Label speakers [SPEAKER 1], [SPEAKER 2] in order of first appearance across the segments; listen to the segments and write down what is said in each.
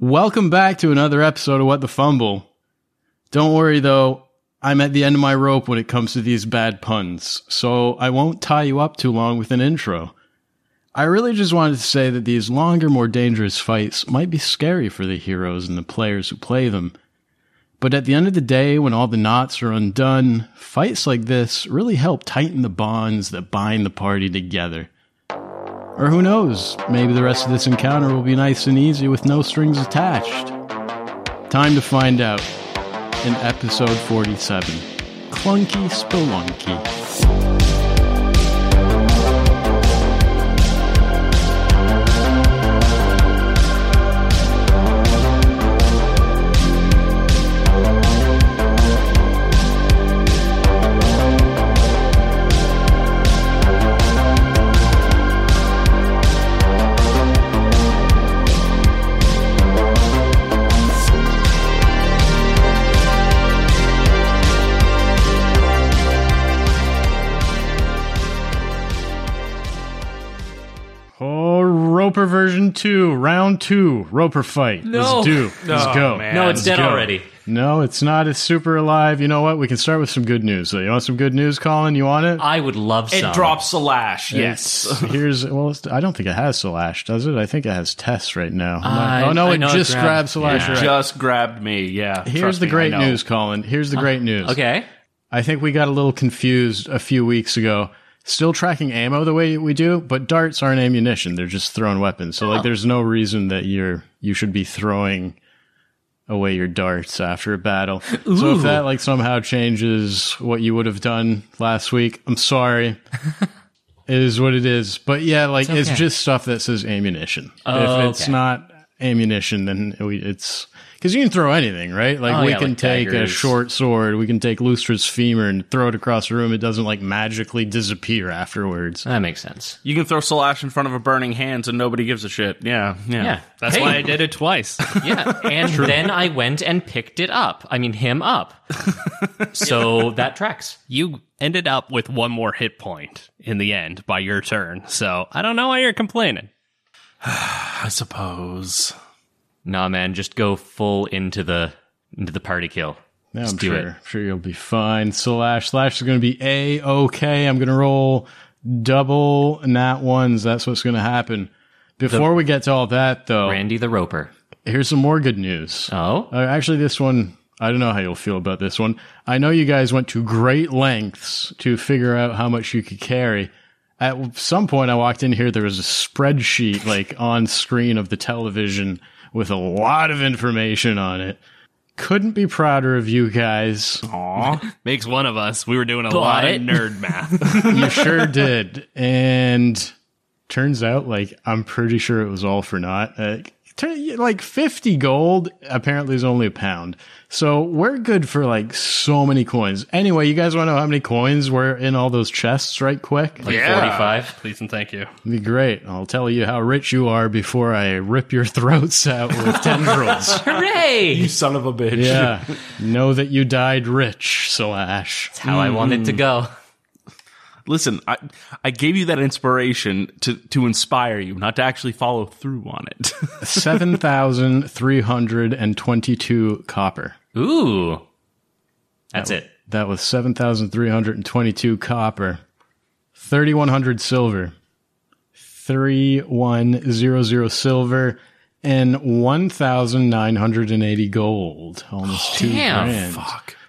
[SPEAKER 1] Welcome back to another episode of What the Fumble. Don't worry though, I'm at the end of my rope when it comes to these bad puns, so I won't tie you up too long with an intro. I really just wanted to say that these longer, more dangerous fights might be scary for the heroes and the players who play them. But at the end of the day, when all the knots are undone, fights like this really help tighten the bonds that bind the party together. Or who knows, maybe the rest of this encounter will be nice and easy with no strings attached. Time to find out in episode 47 Clunky Spelunky. Oh, Roper version 2, round 2, Roper fight.
[SPEAKER 2] No. Oh,
[SPEAKER 1] Let's do. Let's
[SPEAKER 3] No,
[SPEAKER 1] go.
[SPEAKER 3] man.
[SPEAKER 2] No, it's
[SPEAKER 1] Let's
[SPEAKER 2] dead
[SPEAKER 1] go.
[SPEAKER 2] already.
[SPEAKER 1] No, it's not. It's super alive. You know what? We can start with some good news. So you want some good news, Colin? You want it?
[SPEAKER 2] I would love
[SPEAKER 3] It
[SPEAKER 2] some.
[SPEAKER 3] drops a lash. Yes.
[SPEAKER 1] It's- Here's well, it's, I don't think it has Slash, does it? I think it has Tess right now.
[SPEAKER 2] I-
[SPEAKER 1] oh no,
[SPEAKER 2] I
[SPEAKER 1] it
[SPEAKER 2] know it
[SPEAKER 1] just
[SPEAKER 2] grabbed-
[SPEAKER 1] grabs Slash.
[SPEAKER 2] yeah.
[SPEAKER 1] you're right.
[SPEAKER 3] Just grabbed me. Yeah.
[SPEAKER 1] Here's
[SPEAKER 3] Trust
[SPEAKER 1] the
[SPEAKER 3] me,
[SPEAKER 1] great
[SPEAKER 3] I know.
[SPEAKER 1] news, Colin. Here's the great news.
[SPEAKER 2] Okay.
[SPEAKER 1] I think we got a little confused a few weeks ago. Still tracking ammo the way we do, but darts aren't ammunition. They're just thrown weapons. So
[SPEAKER 3] Oh.
[SPEAKER 1] like there's no reason that you're you should be throwing away your darts after a battle. So if that like somehow changes what you would have done last week, I'm sorry. it is what it is. But yeah, like it's,
[SPEAKER 2] okay.
[SPEAKER 1] just stuff that says ammunition. if
[SPEAKER 2] Oh,
[SPEAKER 1] it's
[SPEAKER 2] okay.
[SPEAKER 1] not ammunition, then we, it's because you can throw anything, right? Like
[SPEAKER 2] Oh,
[SPEAKER 1] we
[SPEAKER 2] yeah,
[SPEAKER 1] can
[SPEAKER 2] like
[SPEAKER 1] take a
[SPEAKER 2] daggers.
[SPEAKER 1] short sword, we can take Lustra's femur and throw it across the room. It doesn't like magically disappear afterwards.
[SPEAKER 2] That makes sense.
[SPEAKER 3] You can throw Slash in front of a burning hands and nobody gives a shit. Yeah. Yeah.
[SPEAKER 2] Yeah.
[SPEAKER 4] That's
[SPEAKER 2] Hey.
[SPEAKER 4] why I did it twice.
[SPEAKER 2] Yeah. And then I went and picked it up. I mean, him up. so that tracks.
[SPEAKER 4] you ended up with one more hit point in the end by your turn. So I don't know why you're complaining.
[SPEAKER 3] I suppose.
[SPEAKER 2] Nah, man, just go full into the into the party kill.
[SPEAKER 1] Yeah,
[SPEAKER 2] Just
[SPEAKER 1] I'm
[SPEAKER 2] do
[SPEAKER 1] sure,
[SPEAKER 2] it.
[SPEAKER 1] I'm sure you'll be fine. Slash slash is going to be a okay. I'm going to roll double nat ones. That's what's going to happen. Before we get to all that, though,
[SPEAKER 2] Randy the Roper.
[SPEAKER 1] here's some more good news.
[SPEAKER 2] Oh.
[SPEAKER 1] Uh, actually, this one, I don't know how you'll feel about this one. I know you guys went to great lengths to figure out how much you could carry. At some point, I walked in here, there was a spreadsheet like on screen of the television with a lot of information on it. Couldn't be prouder of you guys.
[SPEAKER 4] Makes one of us. We were doing a lot
[SPEAKER 2] it.
[SPEAKER 4] of nerd math.
[SPEAKER 1] You sure did. And turns out, like, I'm pretty sure it was all for naught. Uh, tur- like, 50 gold apparently is only a pound. So we're good for, like, so many coins. Anyway, you guys want to know how many coins were in all those chests, right? Quick?
[SPEAKER 2] Like
[SPEAKER 3] Yeah.
[SPEAKER 2] 45.
[SPEAKER 4] Please and thank you.
[SPEAKER 1] It'd be great. I'll tell you how rich you are before I rip your throats out with tendrils.
[SPEAKER 2] Hooray!
[SPEAKER 3] Son of a bitch.
[SPEAKER 1] yeah. Know that you died rich, Slash.
[SPEAKER 2] How I wanted
[SPEAKER 4] Mm.
[SPEAKER 2] to go.
[SPEAKER 3] Listen, I I gave you that inspiration to to inspire you, not to actually follow through on it.
[SPEAKER 1] 7,322 copper.
[SPEAKER 2] Ooh. That's it.
[SPEAKER 1] That was 7,322 copper, 3,100 silver, 3,100 silver, and 1,980 gold. Almost two
[SPEAKER 2] Damn,
[SPEAKER 1] grand.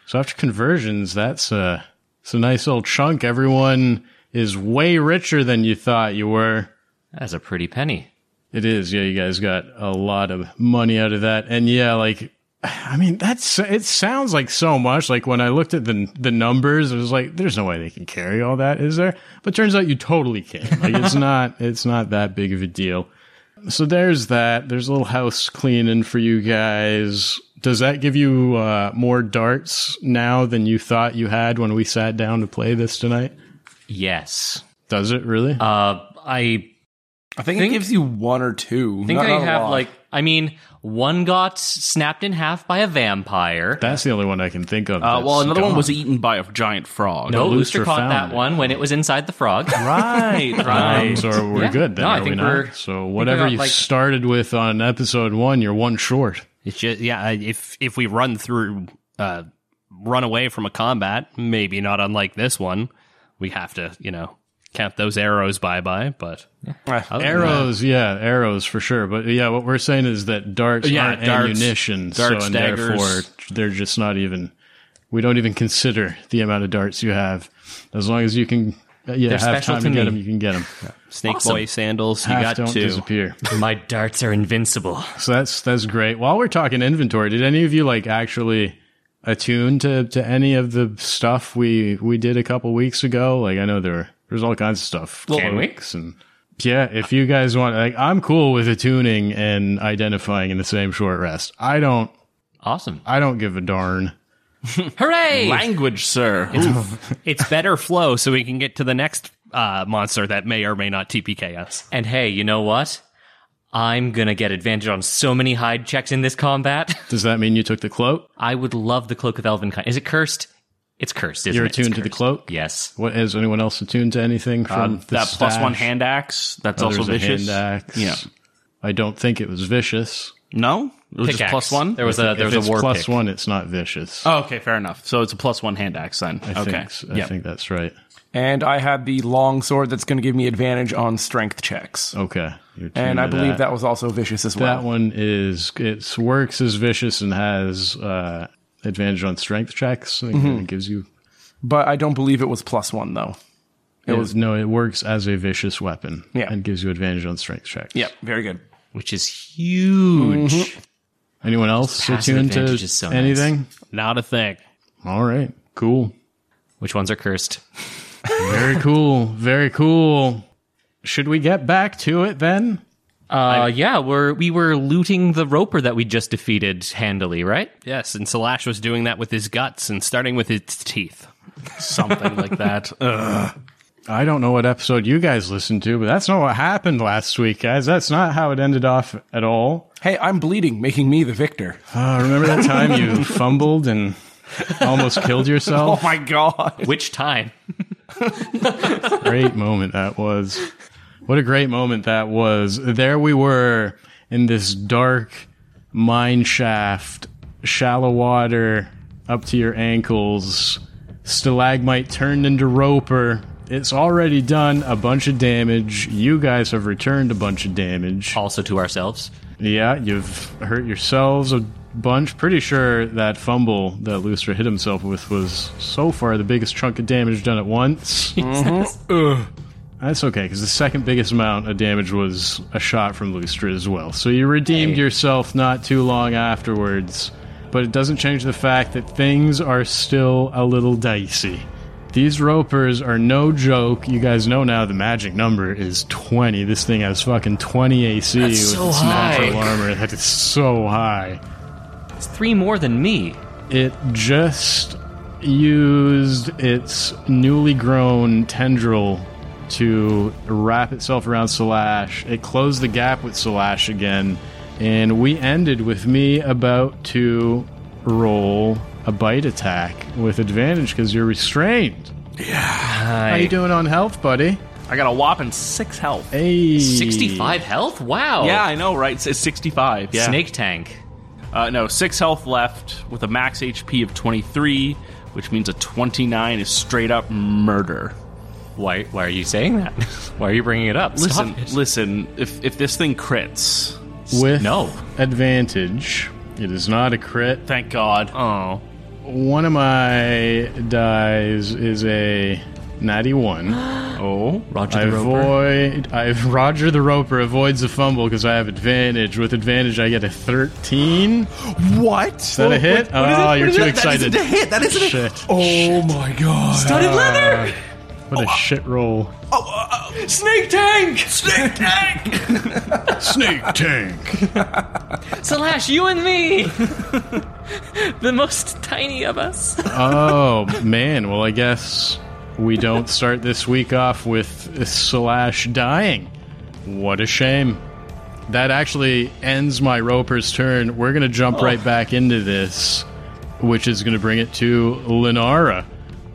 [SPEAKER 1] So after conversions, that's a, it's a nice little chunk. Everyone is way richer than you thought you were.
[SPEAKER 2] That's a pretty penny.
[SPEAKER 1] It is. Yeah, you guys got a lot of money out of that. And yeah, like I mean, that's it sounds like so much. Like when I looked at the the numbers, it was like there's no way they can carry all that, is there? But turns out you totally can. Like it's not it's not that big of a deal. So there's that. There's a little house cleaning for you guys. Does that give you uh, more darts now than you thought you had when we sat down to play this tonight?
[SPEAKER 2] Yes.
[SPEAKER 1] Does it really?
[SPEAKER 2] Uh I
[SPEAKER 5] I think,
[SPEAKER 2] Think-
[SPEAKER 5] it gives you one or two.
[SPEAKER 2] think
[SPEAKER 5] not-
[SPEAKER 2] I
[SPEAKER 5] not a
[SPEAKER 2] have
[SPEAKER 5] lot.
[SPEAKER 2] like I mean, one got s- snapped in half by a vampire.
[SPEAKER 1] That's the only one I can think of.
[SPEAKER 3] Uh, well,
[SPEAKER 1] that's
[SPEAKER 3] another one
[SPEAKER 1] gone.
[SPEAKER 3] was eaten by a giant frog.
[SPEAKER 2] no,
[SPEAKER 1] the
[SPEAKER 2] Looster
[SPEAKER 1] Looster
[SPEAKER 2] caught
[SPEAKER 1] found
[SPEAKER 2] that
[SPEAKER 1] it.
[SPEAKER 2] one when it was inside the frog.
[SPEAKER 3] Right,
[SPEAKER 1] Um,
[SPEAKER 3] right.
[SPEAKER 1] so we're
[SPEAKER 2] Yeah.
[SPEAKER 1] good then,
[SPEAKER 2] No, I
[SPEAKER 1] are we
[SPEAKER 2] think
[SPEAKER 1] not?
[SPEAKER 2] we're-
[SPEAKER 1] so
[SPEAKER 2] we're
[SPEAKER 1] whatever
[SPEAKER 2] not,
[SPEAKER 1] you
[SPEAKER 2] like-
[SPEAKER 1] started with on episode one, you're one short.
[SPEAKER 4] It's just yeah. I- If if we run through, uh, run away from a combat, maybe not unlike this one, we have to you know count those arrows bye bye. But Other than
[SPEAKER 1] Arrows, yeah. arrows for sure. But yeah, what we're saying is that darts
[SPEAKER 4] Yeah,
[SPEAKER 1] aren't
[SPEAKER 4] darts-
[SPEAKER 1] ammunition, so
[SPEAKER 3] darts,
[SPEAKER 1] and
[SPEAKER 3] daggers.
[SPEAKER 1] therefore they're just not even. We don't even consider the amount of darts you have, as long as you can. uh, Yeah, have
[SPEAKER 2] special
[SPEAKER 1] time
[SPEAKER 2] to
[SPEAKER 1] to, get 'em, get them.
[SPEAKER 2] me.
[SPEAKER 1] You can get them.
[SPEAKER 4] that. snake boy sandals, you
[SPEAKER 1] Half
[SPEAKER 4] got
[SPEAKER 1] don't
[SPEAKER 4] two.
[SPEAKER 1] disappear.
[SPEAKER 2] My darts are invincible.
[SPEAKER 1] So that's that's great. While we're talking inventory, did any of you like actually attune to to any of the stuff we we did a couple weeks ago? Like I know there there's all kinds of stuff.
[SPEAKER 2] Can we?
[SPEAKER 1] Cloaks and yeah, if you guys want, like I'm cool with attuning and identifying in the same short rest. I don't
[SPEAKER 2] Awesome.
[SPEAKER 1] I don't give a darn.
[SPEAKER 2] Hooray!
[SPEAKER 3] Language, sir.
[SPEAKER 4] It's better flow, so we can get to the next uh, monster that may or may not TPK us.
[SPEAKER 2] And hey, you know what? I'm gonna get advantage on so many hide checks in this combat.
[SPEAKER 1] Does that mean you took the cloak?
[SPEAKER 2] I would love the cloak of Elvenkind. Is it cursed? It's cursed. Isn't
[SPEAKER 1] You're
[SPEAKER 2] it? It's
[SPEAKER 1] attuned to the
[SPEAKER 2] cursed.
[SPEAKER 1] cloak.
[SPEAKER 2] Yes.
[SPEAKER 1] What is anyone else attuned to anything from the
[SPEAKER 3] Um, that plus
[SPEAKER 1] stash?
[SPEAKER 3] one hand axe. That's
[SPEAKER 1] Oh,
[SPEAKER 3] also
[SPEAKER 1] there's a
[SPEAKER 3] vicious.
[SPEAKER 1] hand axe.
[SPEAKER 3] Yeah.
[SPEAKER 1] I don't think it was vicious.
[SPEAKER 3] No, it was
[SPEAKER 2] Pickaxe.
[SPEAKER 3] just plus one.
[SPEAKER 2] There was a there
[SPEAKER 1] if
[SPEAKER 2] was a
[SPEAKER 1] it's
[SPEAKER 2] war
[SPEAKER 1] plus
[SPEAKER 2] pick.
[SPEAKER 1] one, it's not vicious.
[SPEAKER 3] Oh, okay, fair enough. So it's a plus one hand axe then.
[SPEAKER 1] I
[SPEAKER 3] okay.
[SPEAKER 1] think, s- I
[SPEAKER 3] Yep.
[SPEAKER 1] think that's right.
[SPEAKER 5] And I had the long sword that's going to give me advantage on strength checks.
[SPEAKER 1] Okay. You're tuned
[SPEAKER 5] And I
[SPEAKER 1] to
[SPEAKER 5] believe that. was also vicious as well.
[SPEAKER 1] that one is it works as vicious and has uh, advantage on strength checks.
[SPEAKER 5] Mm-hmm.
[SPEAKER 1] I think It gives you
[SPEAKER 5] But I don't believe it was plus one, though.
[SPEAKER 1] it was no. It works as a vicious weapon.
[SPEAKER 5] Yeah.
[SPEAKER 1] and gives you advantage on strength checks.
[SPEAKER 5] Yep, very good.
[SPEAKER 2] which is huge.
[SPEAKER 1] Anyone else
[SPEAKER 2] passive
[SPEAKER 1] Mm-hmm. attuned to
[SPEAKER 2] advantage is so nice.
[SPEAKER 1] anything?
[SPEAKER 4] Not a thing.
[SPEAKER 1] All right. Cool.
[SPEAKER 2] Which ones are cursed?
[SPEAKER 1] Very cool. Very cool. Should we get back to it then?
[SPEAKER 2] Uh, yeah, we're we were looting the roper that we just defeated handily, right?
[SPEAKER 4] Yes, and Salash was doing that with his guts and starting with his teeth.
[SPEAKER 3] Something like that.
[SPEAKER 1] I don't know what episode you guys listened to, but that's not what happened last week, guys. That's not how it ended off at all.
[SPEAKER 5] Hey, I'm bleeding, making me the victor.
[SPEAKER 1] Uh, remember that time you fumbled and almost killed
[SPEAKER 3] Oh
[SPEAKER 1] yourself?
[SPEAKER 5] my god.
[SPEAKER 2] Which time?
[SPEAKER 1] Great moment that was. What a great moment that was. There we were in this dark mine shaft, shallow water up to your ankles. Stalagmite turned into roper. It's already done a bunch of damage. You guys have returned a bunch of damage.
[SPEAKER 2] Also to ourselves.
[SPEAKER 1] Yeah, you've hurt yourselves a bunch. Pretty sure that fumble that Looster hit himself with was so far the biggest chunk of damage done at once. Ugh. That's okay, because the second biggest amount of damage was a shot from Looster as well. So you redeemed yourself not too long afterwards, but it doesn't change the fact that things are still a little dicey. These ropers are no joke. You guys know now the magic number is 20. This thing has fucking 20 AC with
[SPEAKER 2] so
[SPEAKER 1] its natural
[SPEAKER 2] high.
[SPEAKER 1] armor. That is so high.
[SPEAKER 2] It's three more than me.
[SPEAKER 1] It just used its newly grown tendril to wrap itself around Salash. It closed the gap with Salash again. And we ended with me about to roll a bite attack with advantage because you're restrained. Yeah. How you doing on health, buddy?
[SPEAKER 3] I got a whopping six health.
[SPEAKER 1] Hey.
[SPEAKER 2] Sixty-five health. Wow.
[SPEAKER 3] Yeah, I know, right? It's 65. Yeah.
[SPEAKER 2] Snake tank.
[SPEAKER 3] Uh, no, six health left with a max HP of 23, which means a 29 is straight up murder.
[SPEAKER 2] Why? Why are you saying that? Why are you bringing it up? Stop
[SPEAKER 3] Listen,
[SPEAKER 2] it.
[SPEAKER 3] listen, if, if this thing crits,
[SPEAKER 1] With
[SPEAKER 2] No.
[SPEAKER 1] advantage. It is not a crit.
[SPEAKER 3] thank God.
[SPEAKER 4] Oh,
[SPEAKER 1] One of my dies is a natty one.
[SPEAKER 3] Oh.
[SPEAKER 2] Roger
[SPEAKER 1] I
[SPEAKER 2] the roper.
[SPEAKER 1] avoid. I Roger the Roper avoids a fumble because I have advantage. With advantage, I get a thirteen.
[SPEAKER 3] What? Is
[SPEAKER 1] that a hit? Oh, you're too excited.
[SPEAKER 3] That isn't a hit. That isn't a
[SPEAKER 1] Shit!
[SPEAKER 5] Oh my god.
[SPEAKER 3] Studded leather!
[SPEAKER 1] What a shit roll!
[SPEAKER 3] Oh, Snake tank! uh, Snake tank!
[SPEAKER 1] Snake tank.
[SPEAKER 2] Slash, you and me! the most tiny of us.
[SPEAKER 1] Oh man. Well, I guess we don't start this week off with slash dying. What a shame. that actually ends my roper's turn. We're going to jump
[SPEAKER 3] Oh.
[SPEAKER 1] right back into this, which is going to bring it to Lenara.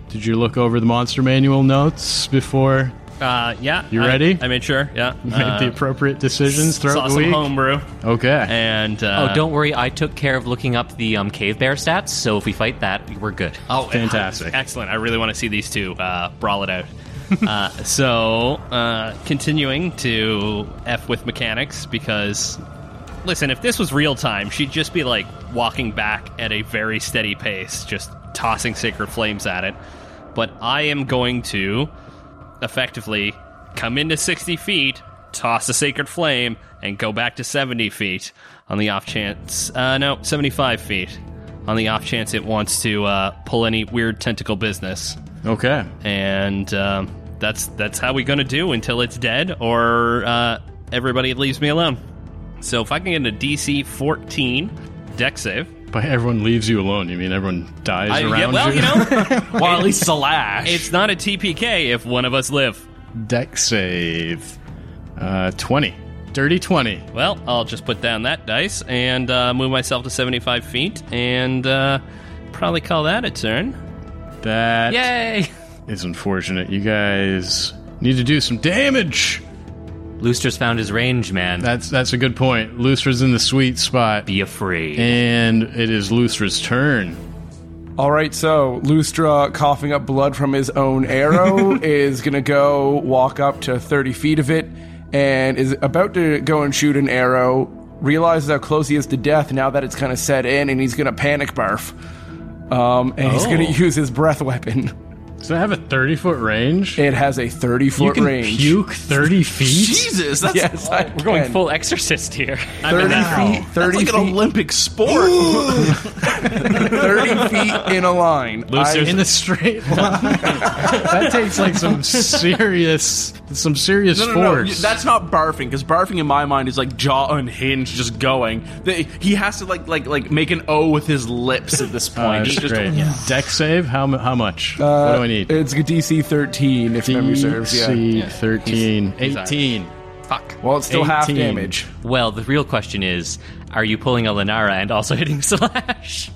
[SPEAKER 1] Did you look over the monster manual notes before
[SPEAKER 3] Uh, yeah.
[SPEAKER 1] You
[SPEAKER 3] I-
[SPEAKER 1] ready?
[SPEAKER 3] I made sure. Yeah.
[SPEAKER 1] you made
[SPEAKER 3] Uh,
[SPEAKER 1] the appropriate decisions
[SPEAKER 3] saw
[SPEAKER 1] throughout the
[SPEAKER 3] some
[SPEAKER 1] week?
[SPEAKER 3] homebrew.
[SPEAKER 1] Okay.
[SPEAKER 3] And uh,
[SPEAKER 4] Oh, don't worry. I took care of looking up the um, cave bear stats, so if we fight that, we're good.
[SPEAKER 3] Oh,
[SPEAKER 1] Fantastic.
[SPEAKER 3] uh, excellent. I really want to see these two uh, brawl it out. uh, so, uh, continuing to F with mechanics, because, listen, if this was real time, she'd just be like walking back at a very steady pace, just tossing sacred flames at it. But I am going to effectively come into 60 feet, toss a sacred flame, and go back to 70 feet on the off chance. Uh, no, 75 feet on the off chance it wants to uh, pull any weird tentacle business.
[SPEAKER 1] Okay.
[SPEAKER 3] And um, that's that's how we're going to do until it's dead or uh, everybody leaves me alone. So if I can get a DC 14 deck save.
[SPEAKER 1] But everyone leaves you alone. You mean everyone dies
[SPEAKER 3] I-
[SPEAKER 1] around
[SPEAKER 3] yeah, well, you,
[SPEAKER 1] you?
[SPEAKER 3] know,
[SPEAKER 6] Well, at least it's a lash.
[SPEAKER 3] it's not a TPK if Ah, one of us live.
[SPEAKER 1] Deck save. Uh, 20. Dirty 20.
[SPEAKER 3] Well, I'll just put down that dice and uh, move myself to 75 feet and uh, probably call that a turn.
[SPEAKER 1] That is
[SPEAKER 3] Yay!
[SPEAKER 1] unfortunate. You guys need to do some damage.
[SPEAKER 4] Looster's found his range, man.
[SPEAKER 1] That's that's a good point. Lustra's in the sweet spot,
[SPEAKER 4] Be afraid.
[SPEAKER 1] and it is Lustra's turn.
[SPEAKER 5] All right, so Lustra, coughing up blood from his own arrow, is going to go walk up to 30 feet of it and is about to go and shoot an arrow. Realizes how close he is to death now that it's kind of set in, and he's going to panic barf. Um, and he's going to use his breath weapon.
[SPEAKER 1] Does it have a thirty foot range?
[SPEAKER 5] It has a 30 foot
[SPEAKER 1] you can
[SPEAKER 5] range.
[SPEAKER 1] puke thirty feet.
[SPEAKER 6] Jesus, that's,
[SPEAKER 5] Yes, I We're
[SPEAKER 7] Going full exorcist here.
[SPEAKER 5] 30 feet, 30
[SPEAKER 6] that's like an
[SPEAKER 5] feet,
[SPEAKER 6] Olympic sport.
[SPEAKER 5] 30 feet in a line. I-
[SPEAKER 1] in the straight line. that takes like some serious, some serious
[SPEAKER 6] No, no, no,
[SPEAKER 1] force.
[SPEAKER 6] That's not barfing because barfing in my mind is like jaw unhinged, just going. They, he has to like like like make an O with his lips at this
[SPEAKER 1] Uh,
[SPEAKER 6] point.
[SPEAKER 1] that's
[SPEAKER 6] He's just-
[SPEAKER 1] great. Deck save. How mu- how much? what do I need?
[SPEAKER 5] It's DC 13, if Uh, memory serves. Yeah.
[SPEAKER 1] DC 13, 18.
[SPEAKER 3] Fuck.
[SPEAKER 5] Well, it's still half
[SPEAKER 1] 18.
[SPEAKER 5] damage.
[SPEAKER 4] Well, the real question is are you pulling a Lenara and also hitting Slash?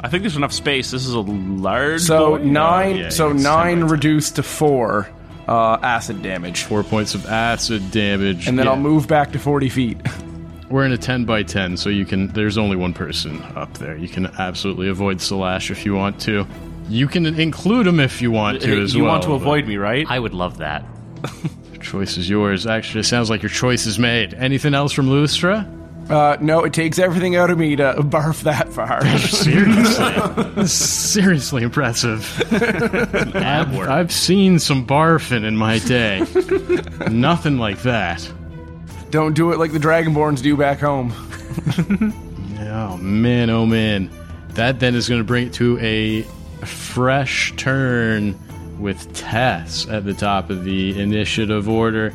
[SPEAKER 6] I think there's enough space. This is a large.
[SPEAKER 5] So
[SPEAKER 6] boy.
[SPEAKER 5] nine.
[SPEAKER 1] yeah, yeah,
[SPEAKER 5] so
[SPEAKER 1] it's
[SPEAKER 5] nine
[SPEAKER 1] ten by
[SPEAKER 5] reduced to four uh, acid damage,
[SPEAKER 1] Four points of acid damage.
[SPEAKER 5] and then
[SPEAKER 1] Yeah.
[SPEAKER 5] I'll move back to forty feet.
[SPEAKER 1] We're in a 10 by 10, so you can. There's only one person up there. You can absolutely avoid Slash if you want to. You can include him if you want to as
[SPEAKER 6] you
[SPEAKER 1] well.
[SPEAKER 6] want to
[SPEAKER 1] but
[SPEAKER 6] avoid me, right?
[SPEAKER 4] I would love that.
[SPEAKER 1] your Choice is yours. Actually, it sounds like your choice is made. Anything else from Lustra?
[SPEAKER 5] Uh, no, it takes everything out of me to barf that far.
[SPEAKER 1] Seriously, seriously impressive. I've, I've seen some barfing in my day. Nothing like that.
[SPEAKER 5] Don't do it like the Dragonborns do back home.
[SPEAKER 1] Oh man, oh man. That then is going to bring it to a fresh turn with Tess at the top of the initiative order.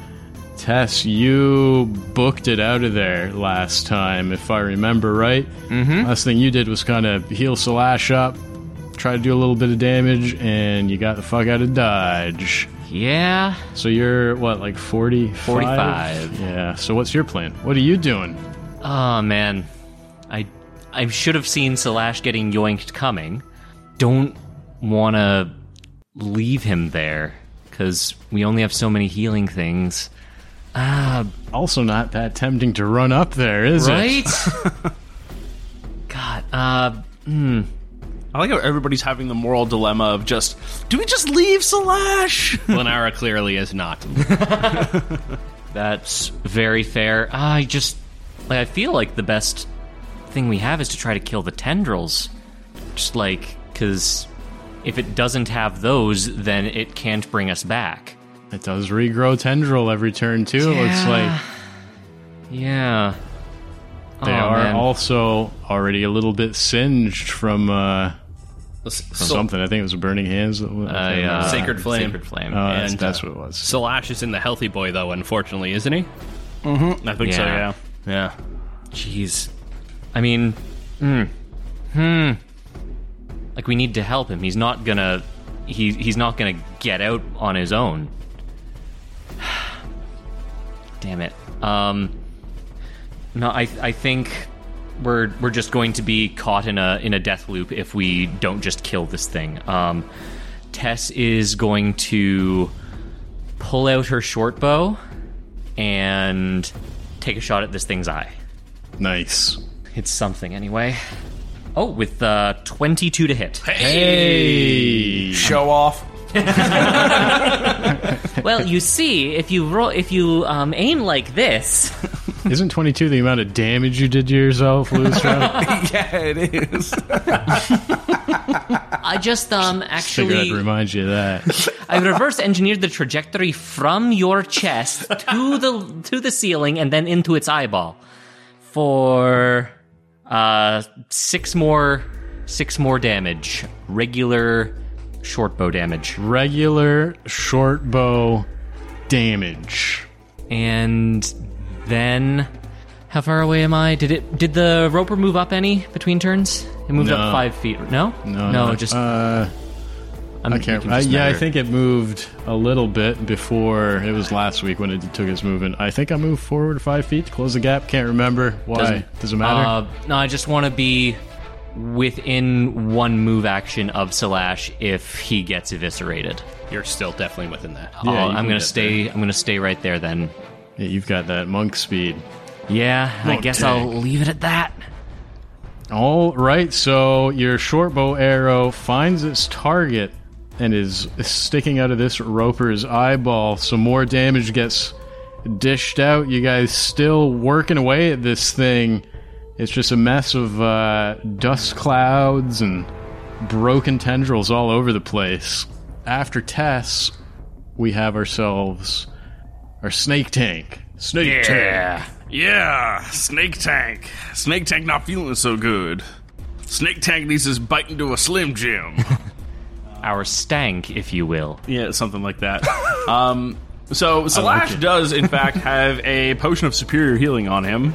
[SPEAKER 1] Tess, you booked it out of there last time, if I remember right. Mm-hmm. Last thing you did was kind of heal slash up, try to do a little bit of damage, and you got the fuck out of dodge.
[SPEAKER 4] Yeah.
[SPEAKER 1] So you're, what, like 40?
[SPEAKER 4] 45.
[SPEAKER 1] Yeah. So what's your plan? What are you doing?
[SPEAKER 4] Oh, man. I, I should have seen Slash getting yoinked coming. Don't want to leave him there because we only have so many healing things.
[SPEAKER 1] Also, not that tempting to run up there, is it?
[SPEAKER 4] Right? God. Uh,
[SPEAKER 6] I like how everybody's having the moral dilemma of just do we just leave Slash?
[SPEAKER 3] Lenara clearly is not.
[SPEAKER 4] That's very fair. I just like I feel like the best thing we have is to try to kill the tendrils. Just like cuz if it doesn't have those, then it can't bring us back.
[SPEAKER 1] It does regrow tendril every turn too. It looks
[SPEAKER 4] Yeah.
[SPEAKER 1] like
[SPEAKER 4] Yeah.
[SPEAKER 1] they
[SPEAKER 4] Aw,
[SPEAKER 1] are
[SPEAKER 4] Oh, man.
[SPEAKER 1] also already a little bit singed from, uh, from
[SPEAKER 3] So,
[SPEAKER 1] something. I think it was burning hands. that went-
[SPEAKER 4] I,
[SPEAKER 1] okay,
[SPEAKER 4] uh,
[SPEAKER 1] no.
[SPEAKER 3] Sacred flame.
[SPEAKER 4] Sacred flame.
[SPEAKER 1] Oh, that's,
[SPEAKER 3] and,
[SPEAKER 1] that's
[SPEAKER 3] uh,
[SPEAKER 1] what it was.
[SPEAKER 3] Salash is in the healthy boy, though, unfortunately, isn't he?
[SPEAKER 6] I think so.
[SPEAKER 4] Yeah.
[SPEAKER 6] Yeah.
[SPEAKER 3] Yeah.
[SPEAKER 4] Jeez. I mean, hmm. Hmm. Like we need to help him. He's not gonna. He he's not gonna get out on his own. Damn it. Um. No, I I think we're we're just going to be caught in a in a death loop if we don't just kill this thing. Um, Tess is going to pull out her short bow and take a shot at this thing's eye.
[SPEAKER 1] Nice.
[SPEAKER 4] It's something anyway. Oh, with uh, 22 to hit.
[SPEAKER 1] Hey.
[SPEAKER 5] Show off.
[SPEAKER 8] Well, you see, if you roll, if you um, aim like this,
[SPEAKER 1] Isn't 22 the amount of damage you did to yourself, Lustra?
[SPEAKER 5] yeah, it is.
[SPEAKER 8] I just um
[SPEAKER 1] Figured I'd
[SPEAKER 8] actually
[SPEAKER 1] remind you of that.
[SPEAKER 8] I reverse engineered the trajectory from your chest to the to the ceiling and then into its eyeball for uh
[SPEAKER 4] Six more, six more damage. Regular short bow damage.
[SPEAKER 1] Regular short bow damage.
[SPEAKER 4] And then, how far away am I? Did it? Did the roper move up any between turns? It moved
[SPEAKER 1] No.
[SPEAKER 4] up five feet. No,
[SPEAKER 1] No,
[SPEAKER 4] no,
[SPEAKER 1] no,
[SPEAKER 4] just
[SPEAKER 1] uh,
[SPEAKER 4] I'm,
[SPEAKER 1] I can't.
[SPEAKER 4] you can
[SPEAKER 1] I,
[SPEAKER 4] just
[SPEAKER 1] yeah, I
[SPEAKER 4] measure.
[SPEAKER 1] think it moved a little bit before it was last week when it took its movement. I think I moved forward five feet to close the gap. Can't remember why.
[SPEAKER 4] Doesn't-
[SPEAKER 1] Does it matter?
[SPEAKER 4] Uh, no, I just want to be within one move action of Slash if he gets eviscerated.
[SPEAKER 9] You're still definitely within that.
[SPEAKER 4] Oh,
[SPEAKER 1] you
[SPEAKER 4] I'm
[SPEAKER 1] can
[SPEAKER 4] gonna
[SPEAKER 1] get
[SPEAKER 4] stay. I'm gonna stay right there then.
[SPEAKER 1] yeah, you've got that monk speed.
[SPEAKER 4] Yeah, I
[SPEAKER 1] Won't
[SPEAKER 4] guess
[SPEAKER 1] take.
[SPEAKER 4] I'll leave it at that.
[SPEAKER 1] All right, so your short bow arrow finds its target and is sticking out of this roper's eyeball. Some more damage gets dished out. You guys still working away at this thing. It's just a mess of uh, dust clouds and broken tendrils all over the place. After Tess, we have ourselves our snake tank. Snake tank.
[SPEAKER 3] Yeah, Snake Tank. Snake Tank not feeling so good. Snake Tank needs his bite into a Slim Jim.
[SPEAKER 4] Our stank, if you will.
[SPEAKER 3] yeah, something like that. um, so Slash does, in fact, have a potion of superior healing on him.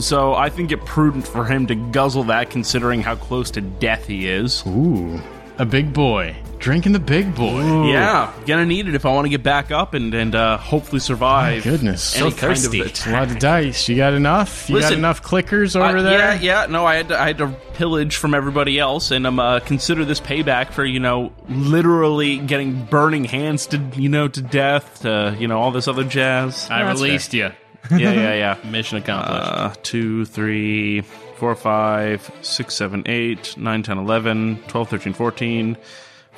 [SPEAKER 3] So I think it prudent for him to guzzle that, considering how close to death he is.
[SPEAKER 1] Ooh, a big boy. Drinking the big boy.
[SPEAKER 3] Yeah, gonna need it if I want to get back up and and uh, hopefully survive.
[SPEAKER 1] Goodness.
[SPEAKER 3] any
[SPEAKER 4] So
[SPEAKER 3] kind of
[SPEAKER 4] thirsty.
[SPEAKER 3] attack.
[SPEAKER 1] A lot of dice. You got enough? You got
[SPEAKER 3] Listen,
[SPEAKER 1] enough clickers
[SPEAKER 3] Uh,
[SPEAKER 1] over there?
[SPEAKER 3] Yeah, yeah. No, I had to, I had to pillage from everybody else, and um, uh, consider this payback for you know literally getting burning hands to you know to death to you know all this other jazz.
[SPEAKER 9] I released
[SPEAKER 3] yeah, yeah, yeah.
[SPEAKER 9] you. Mission accomplished.
[SPEAKER 3] Uh, two, three, four, five, six, seven, eight, nine, ten, eleven, twelve, thirteen, fourteen.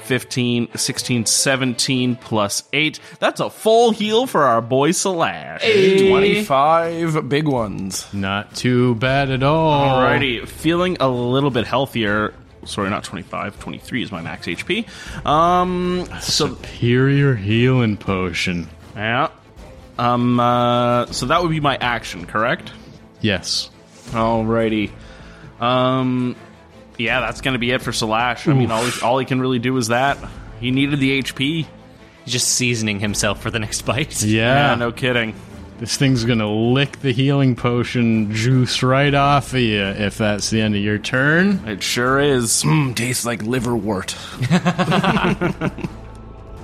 [SPEAKER 3] 15, 16, 17 plus 8. That's a full heal for our boy Slash.
[SPEAKER 5] 25 big ones.
[SPEAKER 1] Not too bad at all.
[SPEAKER 3] Alrighty, feeling a little bit healthier. Sorry, not 25, 23 is my max HP. Um, so
[SPEAKER 1] Superior healing potion.
[SPEAKER 3] yeah. Um, uh, so that would be my action, correct?
[SPEAKER 1] Yes.
[SPEAKER 3] Alrighty. Um, yeah, that's gonna be it for Slash. I mean, all he, all he can really do is that. He needed the HP.
[SPEAKER 4] Just seasoning himself for the next bite.
[SPEAKER 1] Yeah.
[SPEAKER 3] no kidding.
[SPEAKER 1] This thing's going to lick the healing potion juice right off of you if that's the end of your turn.
[SPEAKER 3] It sure is.
[SPEAKER 5] Mm, tastes like liverwort.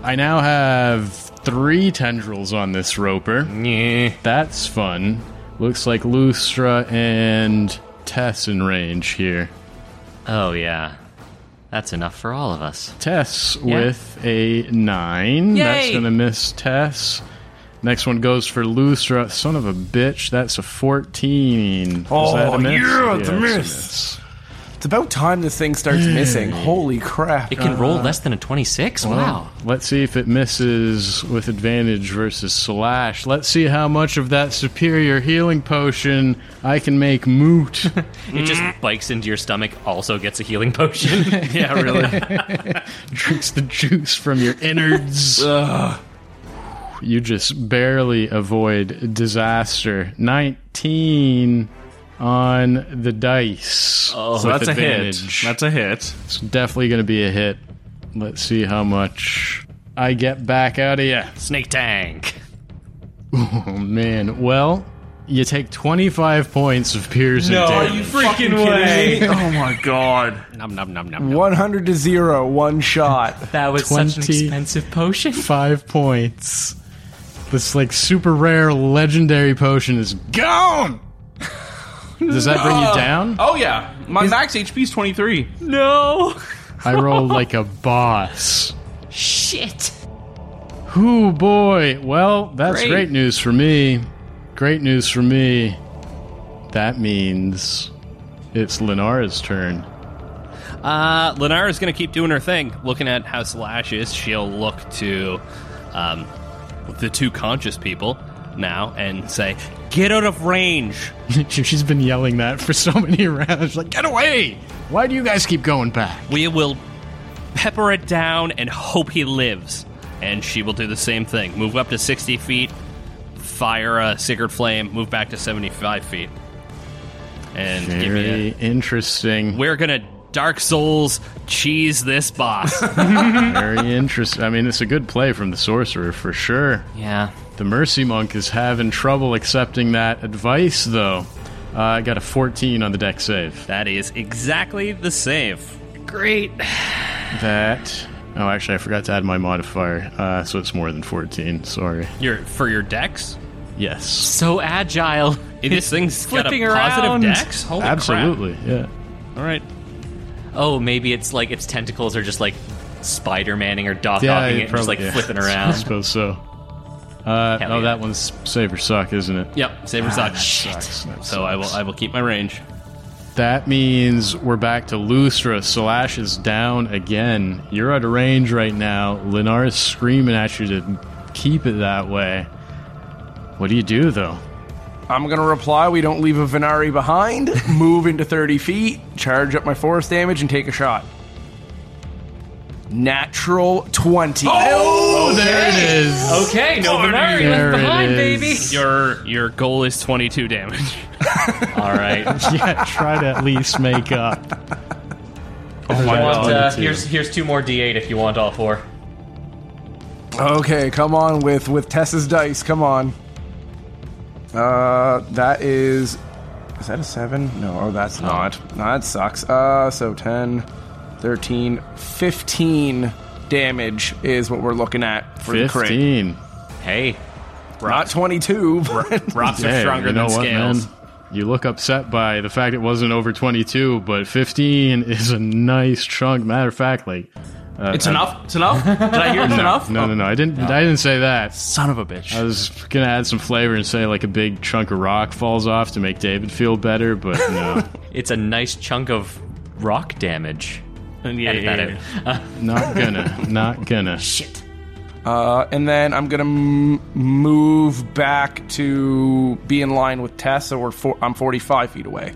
[SPEAKER 1] I now have three tendrils on this roper.
[SPEAKER 4] Yeah.
[SPEAKER 1] That's fun. Looks like Lustra and Tess in range here.
[SPEAKER 4] Oh yeah, that's enough for all of us.
[SPEAKER 1] Tess with a nine. That's
[SPEAKER 8] Yay.
[SPEAKER 1] gonna miss Tess. Next one goes for Lustra. Son of a bitch. That's a fourteen.
[SPEAKER 5] Oh,
[SPEAKER 1] Is that a miss?
[SPEAKER 5] yeah, it's a
[SPEAKER 1] Yes,
[SPEAKER 5] miss. It's about time this thing starts missing. Holy crap.
[SPEAKER 4] It can roll less than a twenty-six. wow.
[SPEAKER 1] Let's see if it misses with advantage versus slash. Let's see how much of that superior healing potion I can make moot.
[SPEAKER 4] It just bikes into your stomach. Also gets a healing potion.
[SPEAKER 3] yeah, really.
[SPEAKER 1] Drinks the juice from your innards. You just barely avoid disaster. 19 on the dice. Oh,
[SPEAKER 3] so that's a hit. That's a hit.
[SPEAKER 1] it's definitely going to be a hit. Let's see how much I get back out of you.
[SPEAKER 4] Snake tank.
[SPEAKER 1] Oh, man. Well, you take 25 points of piercing damage.
[SPEAKER 5] freaking way.
[SPEAKER 3] Oh my god.
[SPEAKER 9] Nom nom nom nom.
[SPEAKER 5] 100 to 0, one shot.
[SPEAKER 8] that was such an
[SPEAKER 1] 20.
[SPEAKER 8] expensive potion.
[SPEAKER 1] Five points. This, like, super rare legendary potion is gone! Does that bring you down?
[SPEAKER 3] Oh yeah, my max HP is twenty three.
[SPEAKER 2] No.
[SPEAKER 1] I roll like a boss.
[SPEAKER 10] Shit.
[SPEAKER 1] Whoo boy. Well, that's great. news for me. Great news for me. That means it's Lenara's turn.
[SPEAKER 4] Uh, Lenara's going to keep doing her thing. Looking at how Slash is, she'll look to um, the two conscious people now and say, Get out of range!
[SPEAKER 1] She's been yelling that for so many rounds. Like, get away! Why do you guys keep going back?
[SPEAKER 4] We will pepper it down and hope he lives. And she will do the same thing. Move up to 60 feet, fire a Sigurd Flame, move back to 75 feet. And give me a
[SPEAKER 1] Very interesting.
[SPEAKER 4] we're gonna Dark Souls cheese this boss.
[SPEAKER 1] Very interesting. I mean, it's a good play from the sorcerer for sure.
[SPEAKER 2] Yeah.
[SPEAKER 1] The mercy monk is having trouble accepting that advice, though. Uh, I got a 14 on the deck save.
[SPEAKER 4] that is exactly the save.
[SPEAKER 2] Great.
[SPEAKER 1] That. Oh, actually, I forgot to add my modifier, uh, so it's more than 14. Sorry.
[SPEAKER 4] Your for your decks.
[SPEAKER 1] Yes.
[SPEAKER 2] So agile.
[SPEAKER 4] This thing's got a
[SPEAKER 2] flipping
[SPEAKER 4] positive
[SPEAKER 2] around.
[SPEAKER 4] dex. Holy crap.
[SPEAKER 1] Absolutely. Yeah.
[SPEAKER 4] All right.
[SPEAKER 2] Oh, maybe it's like its tentacles are just like Spider Manning or Doc
[SPEAKER 1] Yeah,
[SPEAKER 2] Ocking
[SPEAKER 1] you
[SPEAKER 2] it, and just like
[SPEAKER 1] probably- yeah.
[SPEAKER 2] flipping
[SPEAKER 1] I
[SPEAKER 2] around.
[SPEAKER 1] suppose so. Uh,
[SPEAKER 2] Hell
[SPEAKER 1] oh,
[SPEAKER 2] yeah.
[SPEAKER 1] that one's save or suck, isn't it?
[SPEAKER 4] Yep. Saber's ah,
[SPEAKER 1] Sucks. That
[SPEAKER 4] So I will
[SPEAKER 1] sucks.
[SPEAKER 4] I will keep my range.
[SPEAKER 1] That means we're back to Lustra. Slash is down again. You're out of range right now. Linar is screaming at you to keep it that way. What do you do, though?
[SPEAKER 5] I'm gonna reply. We don't leave a Venari behind. Move into 30 feet, charge up my force damage, and take a shot. Natural 20.
[SPEAKER 1] Oh, there it is.
[SPEAKER 2] Okay, no Venari
[SPEAKER 1] There
[SPEAKER 2] left behind,
[SPEAKER 1] it
[SPEAKER 2] baby.
[SPEAKER 1] is.
[SPEAKER 4] Your your goal is twenty two damage.
[SPEAKER 2] All right.
[SPEAKER 1] yeah, try to at least make up. Oh
[SPEAKER 2] I want, uh, here's here's two more D8 if you want all four.
[SPEAKER 5] Okay, come on with with Tessa's dice. Come on. Uh, that is. Is that a seven? No, oh, that's not. No, that sucks. Uh, so 10, 13, 15 damage is what we're looking at for the crit.
[SPEAKER 1] 15.
[SPEAKER 2] Hey,
[SPEAKER 5] Not 22, but
[SPEAKER 4] Rocks are
[SPEAKER 1] Hey,
[SPEAKER 4] stronger
[SPEAKER 1] you know
[SPEAKER 4] than
[SPEAKER 1] what,
[SPEAKER 4] scales.
[SPEAKER 1] man? You look upset by the fact it wasn't over 22, but 15 is a nice chunk. Matter of fact, like
[SPEAKER 3] It's enough. It's enough. Did I hear it's enough?
[SPEAKER 1] no, no, no. I didn't. I didn't say that.
[SPEAKER 3] Son of a bitch.
[SPEAKER 1] I was gonna add some flavor and say like a big chunk of rock falls off to make David feel better, but no,
[SPEAKER 2] it's a nice chunk of rock damage.
[SPEAKER 3] yeah,
[SPEAKER 2] Edit
[SPEAKER 3] yeah,
[SPEAKER 2] that
[SPEAKER 3] yeah.
[SPEAKER 2] out.
[SPEAKER 1] not gonna, not gonna.
[SPEAKER 5] Uh, and then I'm gonna m- move back to be in line with Tess, so we're four- I'm 45 feet away.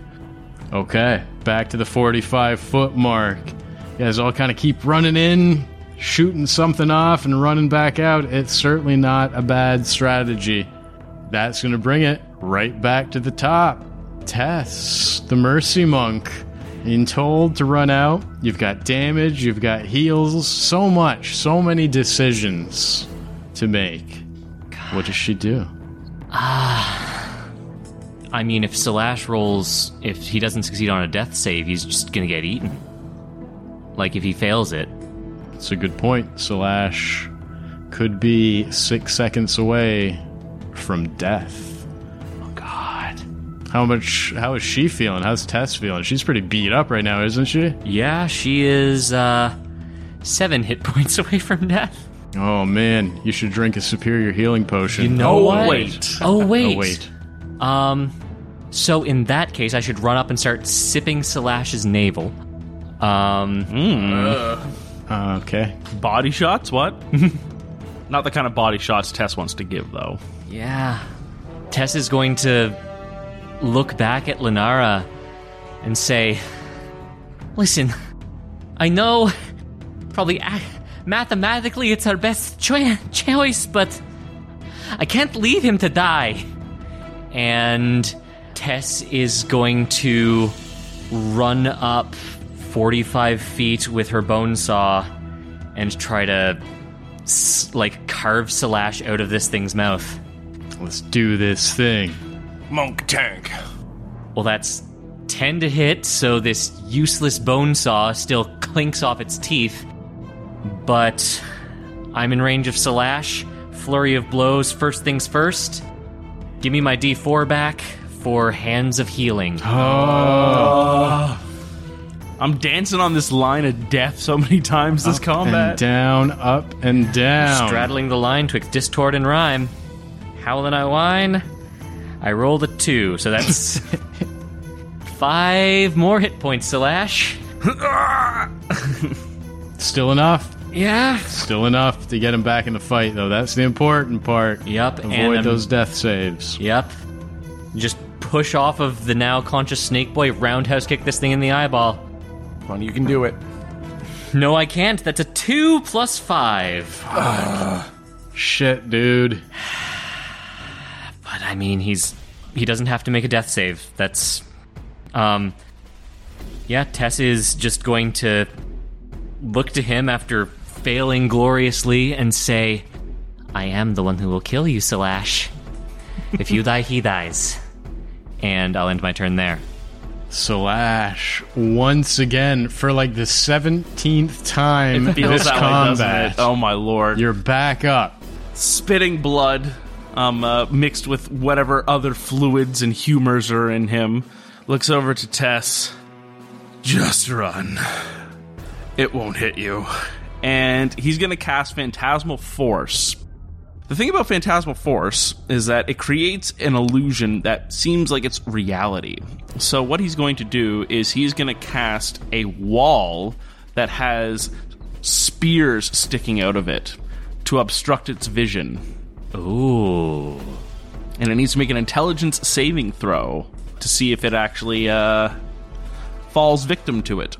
[SPEAKER 1] Okay, back to the forty-five foot mark. You guys all kind of keep running in, shooting something off, and running back out. It's certainly not a bad strategy. That's gonna bring it right back to the top. Tess, the Mercy Monk, being told to run out. You've got damage. You've got heals. So much. So many decisions to make. What does she do?
[SPEAKER 2] I mean, if Salash rolls, if he doesn't succeed on a death save, he's just gonna get eaten. Like if he fails it,
[SPEAKER 1] It's a good point. Slash could be six seconds away from death. Oh God! How much? How is she feeling? How's Tess feeling? She's pretty beat up right now, isn't she?
[SPEAKER 2] yeah, she is uh, seven hit points away from death.
[SPEAKER 1] Oh man, you should drink a superior healing potion. You
[SPEAKER 2] know
[SPEAKER 1] oh,
[SPEAKER 2] what?
[SPEAKER 1] Wait.
[SPEAKER 2] Oh wait,
[SPEAKER 1] Oh wait.
[SPEAKER 2] Um, so in that case, I should run up and start sipping Salash's navel. Um,
[SPEAKER 1] Uh, okay.
[SPEAKER 3] Body shots? What? Not the kind of body shots Tess wants to give, though.
[SPEAKER 2] yeah, Tess is going to look back at Lenara and say, "Listen, I know, probably a- mathematically it's our best choi- choice, but I can't leave him to die." And Tess is going to run up 45 feet with her bone saw and try to s- like carve Salash out of this thing's mouth.
[SPEAKER 1] Let's do this thing.
[SPEAKER 5] Monk tank.
[SPEAKER 2] Well, that's 10 to hit, so this useless bone saw still clinks off its teeth. But I'm in range of Salash. Flurry of blows, first things first. Give me my d4 back. for hands of healing.
[SPEAKER 1] Oh.
[SPEAKER 2] Oh,
[SPEAKER 3] I'm dancing on this line of death so many times this
[SPEAKER 1] Oh, And
[SPEAKER 3] combat.
[SPEAKER 1] down, up, and down.
[SPEAKER 2] Straddling the line twixt distort and rhyme. Howlin' I whine. I rolled a two, so that's five more hit points to Lash.
[SPEAKER 1] Still enough.
[SPEAKER 2] Yeah.
[SPEAKER 1] Still enough to get him back in the fight, though. That's the important part.
[SPEAKER 2] Yep. and
[SPEAKER 1] Avoid
[SPEAKER 2] I'm-
[SPEAKER 1] those death saves.
[SPEAKER 2] Yep. Just push off of the now conscious Snake Boy, roundhouse kick this thing in the eyeball.
[SPEAKER 5] Come on, you can do it.
[SPEAKER 2] No, I can't. That's a two plus five.
[SPEAKER 1] Shit, dude.
[SPEAKER 2] But I mean, he's he doesn't have to make a death save. That's um, yeah. Tess is just going to look to him after failing gloriously and say, "I am the one who will kill you, Silash. If you die, he dies." And I'll end my turn there.
[SPEAKER 1] Slash once again for like the seventeenth time
[SPEAKER 3] Feels
[SPEAKER 1] this
[SPEAKER 3] that way, doesn't
[SPEAKER 1] combat.
[SPEAKER 3] it? Oh my lord.
[SPEAKER 1] You're back up.
[SPEAKER 3] spitting blood um, uh, mixed with whatever other fluids and humors are in him looks over to tess just run it won't hit you and he's going to cast phantasmal force the thing about phantasmal force is that it creates an illusion that seems like it's reality so what he's going to do is he's going to cast a wall that has spears sticking out of it to obstruct its vision.
[SPEAKER 2] Ooh.
[SPEAKER 3] And it needs to make an intelligence saving throw to see if it actually uh, falls victim to it.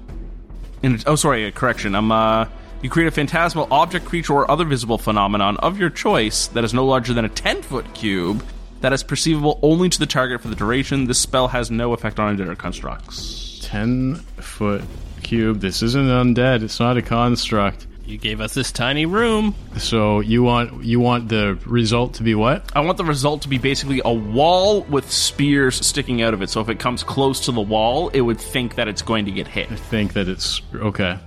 [SPEAKER 3] And oh, sorry, a correction. I'm uh, you create a phantasmal object, creature, or other visible phenomenon of your choice that is no larger than a ten foot cube that is perceivable only to the target for the duration. This spell has no effect on undead or constructs.
[SPEAKER 1] Ten foot cube. This isn't undead. It's not a construct.
[SPEAKER 4] You gave us this tiny room.
[SPEAKER 1] So you want you want the result to be what?
[SPEAKER 3] I want the result to be basically a wall with spears sticking out of it. So if it comes close to the wall, it would think that it's going to get hit.
[SPEAKER 1] I think that it's okay.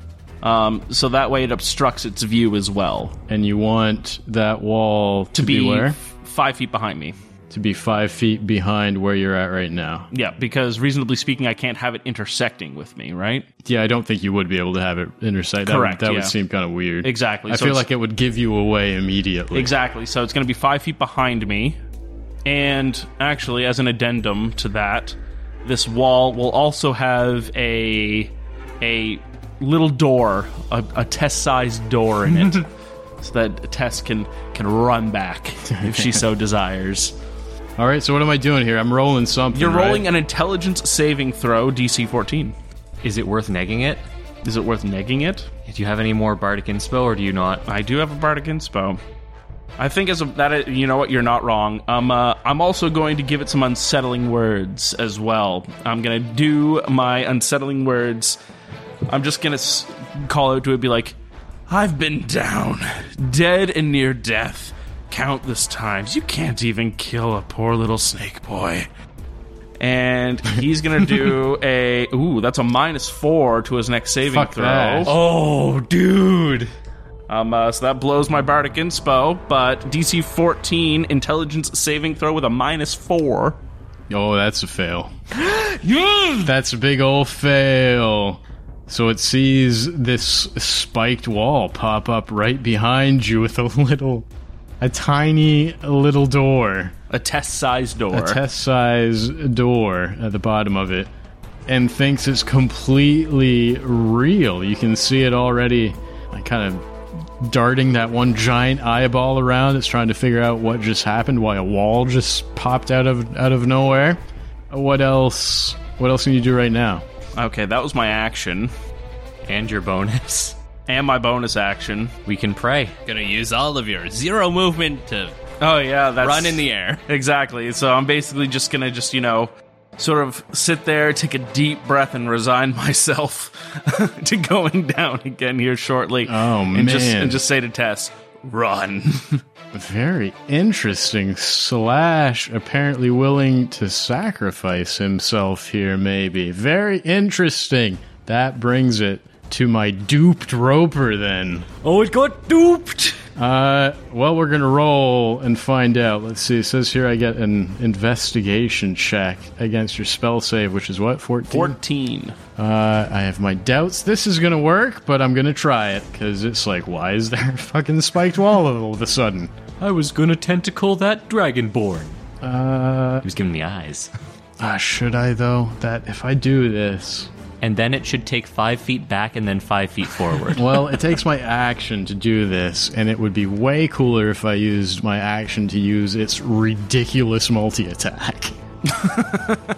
[SPEAKER 3] Um, so that way it obstructs its view as well.
[SPEAKER 1] And you want that wall to,
[SPEAKER 3] To be,
[SPEAKER 1] where?
[SPEAKER 3] f- five feet behind me.
[SPEAKER 1] To be five feet behind where you're at right now.
[SPEAKER 3] Yeah, because reasonably speaking, I can't have it intersecting with me, right?
[SPEAKER 1] Yeah, I don't think you would be able to have it intersect. That would-
[SPEAKER 3] Correct,
[SPEAKER 1] That would,
[SPEAKER 3] yeah.
[SPEAKER 1] seem kind of weird.
[SPEAKER 3] Exactly,
[SPEAKER 1] I
[SPEAKER 3] so
[SPEAKER 1] feel
[SPEAKER 3] it's-
[SPEAKER 1] like it would give you away immediately.
[SPEAKER 3] Exactly. So it's going to be five feet behind me. And actually, as an addendum to that, this wall will also have a a little door, a, a test-sized door in it, so that Tess can can run back if she so desires.
[SPEAKER 1] All right. So what am I doing here? I'm rolling something.
[SPEAKER 3] You're
[SPEAKER 1] right?
[SPEAKER 3] rolling an intelligence saving throw, DC 14.
[SPEAKER 2] Is it worth negging it?
[SPEAKER 3] Is it worth negging it?
[SPEAKER 2] Do you have any more bardic inspo, or do you not?
[SPEAKER 3] I do have a bardic inspo. I think as a, that i- you know what you're not wrong. Um, uh, I'm also going to give it some unsettling words as well. I'm gonna do my unsettling words. I'm just gonna s- call out to it, be like, "I've been down, dead and near death, countless times. You can't even kill a poor little snake boy." And he's gonna do a ooh, that's a minus four to his next saving
[SPEAKER 1] Fuck
[SPEAKER 3] throw.
[SPEAKER 1] that.
[SPEAKER 3] Oh, dude. Um, uh, so that blows my bardic inspo, but DC 14 intelligence saving throw with a minus four.
[SPEAKER 1] Oh, that's a fail. That's a big old fail. So it sees this spiked wall pop up right behind you with a little, a tiny little door,
[SPEAKER 3] A test size door.
[SPEAKER 1] a test size door at the bottom of it, and thinks it's completely real. You can see it already, like, kind of darting that one giant eyeball around. It's trying to figure out what just happened, why a wall just popped out of out of nowhere. What else? What else can you do right now?
[SPEAKER 3] okay, that was my action.
[SPEAKER 2] And your bonus.
[SPEAKER 3] And my bonus action.
[SPEAKER 2] We can pray.
[SPEAKER 4] Gonna use all of your zero movement to
[SPEAKER 3] Oh, yeah, that's.
[SPEAKER 4] run in the air.
[SPEAKER 3] Exactly. So I'm basically just going to just, you know, sort of sit there, take a deep breath, and resign myself to going down again here shortly.
[SPEAKER 1] Oh,
[SPEAKER 3] and Just,
[SPEAKER 1] man.
[SPEAKER 3] and just say to Tess, run.
[SPEAKER 1] Very interesting. Slash apparently willing to sacrifice himself here, maybe. Very interesting. That brings it to my duped roper then.
[SPEAKER 2] Oh, it got duped!
[SPEAKER 1] Uh, well, we're gonna roll and find out. Let's see. It says here I get an investigation check against your spell save, which is what fourteen.
[SPEAKER 3] 14.
[SPEAKER 1] Uh, I have my doubts. This is gonna work, but I'm gonna try it because it's like, why is there a fucking spiked wall all of a sudden?
[SPEAKER 2] I was gonna tentacle that dragonborn.
[SPEAKER 1] Uh,
[SPEAKER 2] He was giving me eyes.
[SPEAKER 1] ah, should I though? That if I do this,
[SPEAKER 2] And then it should take five feet back and then five feet forward.
[SPEAKER 1] well, it takes my action to do this, and it would be way cooler if I used my action to use its ridiculous multi attack.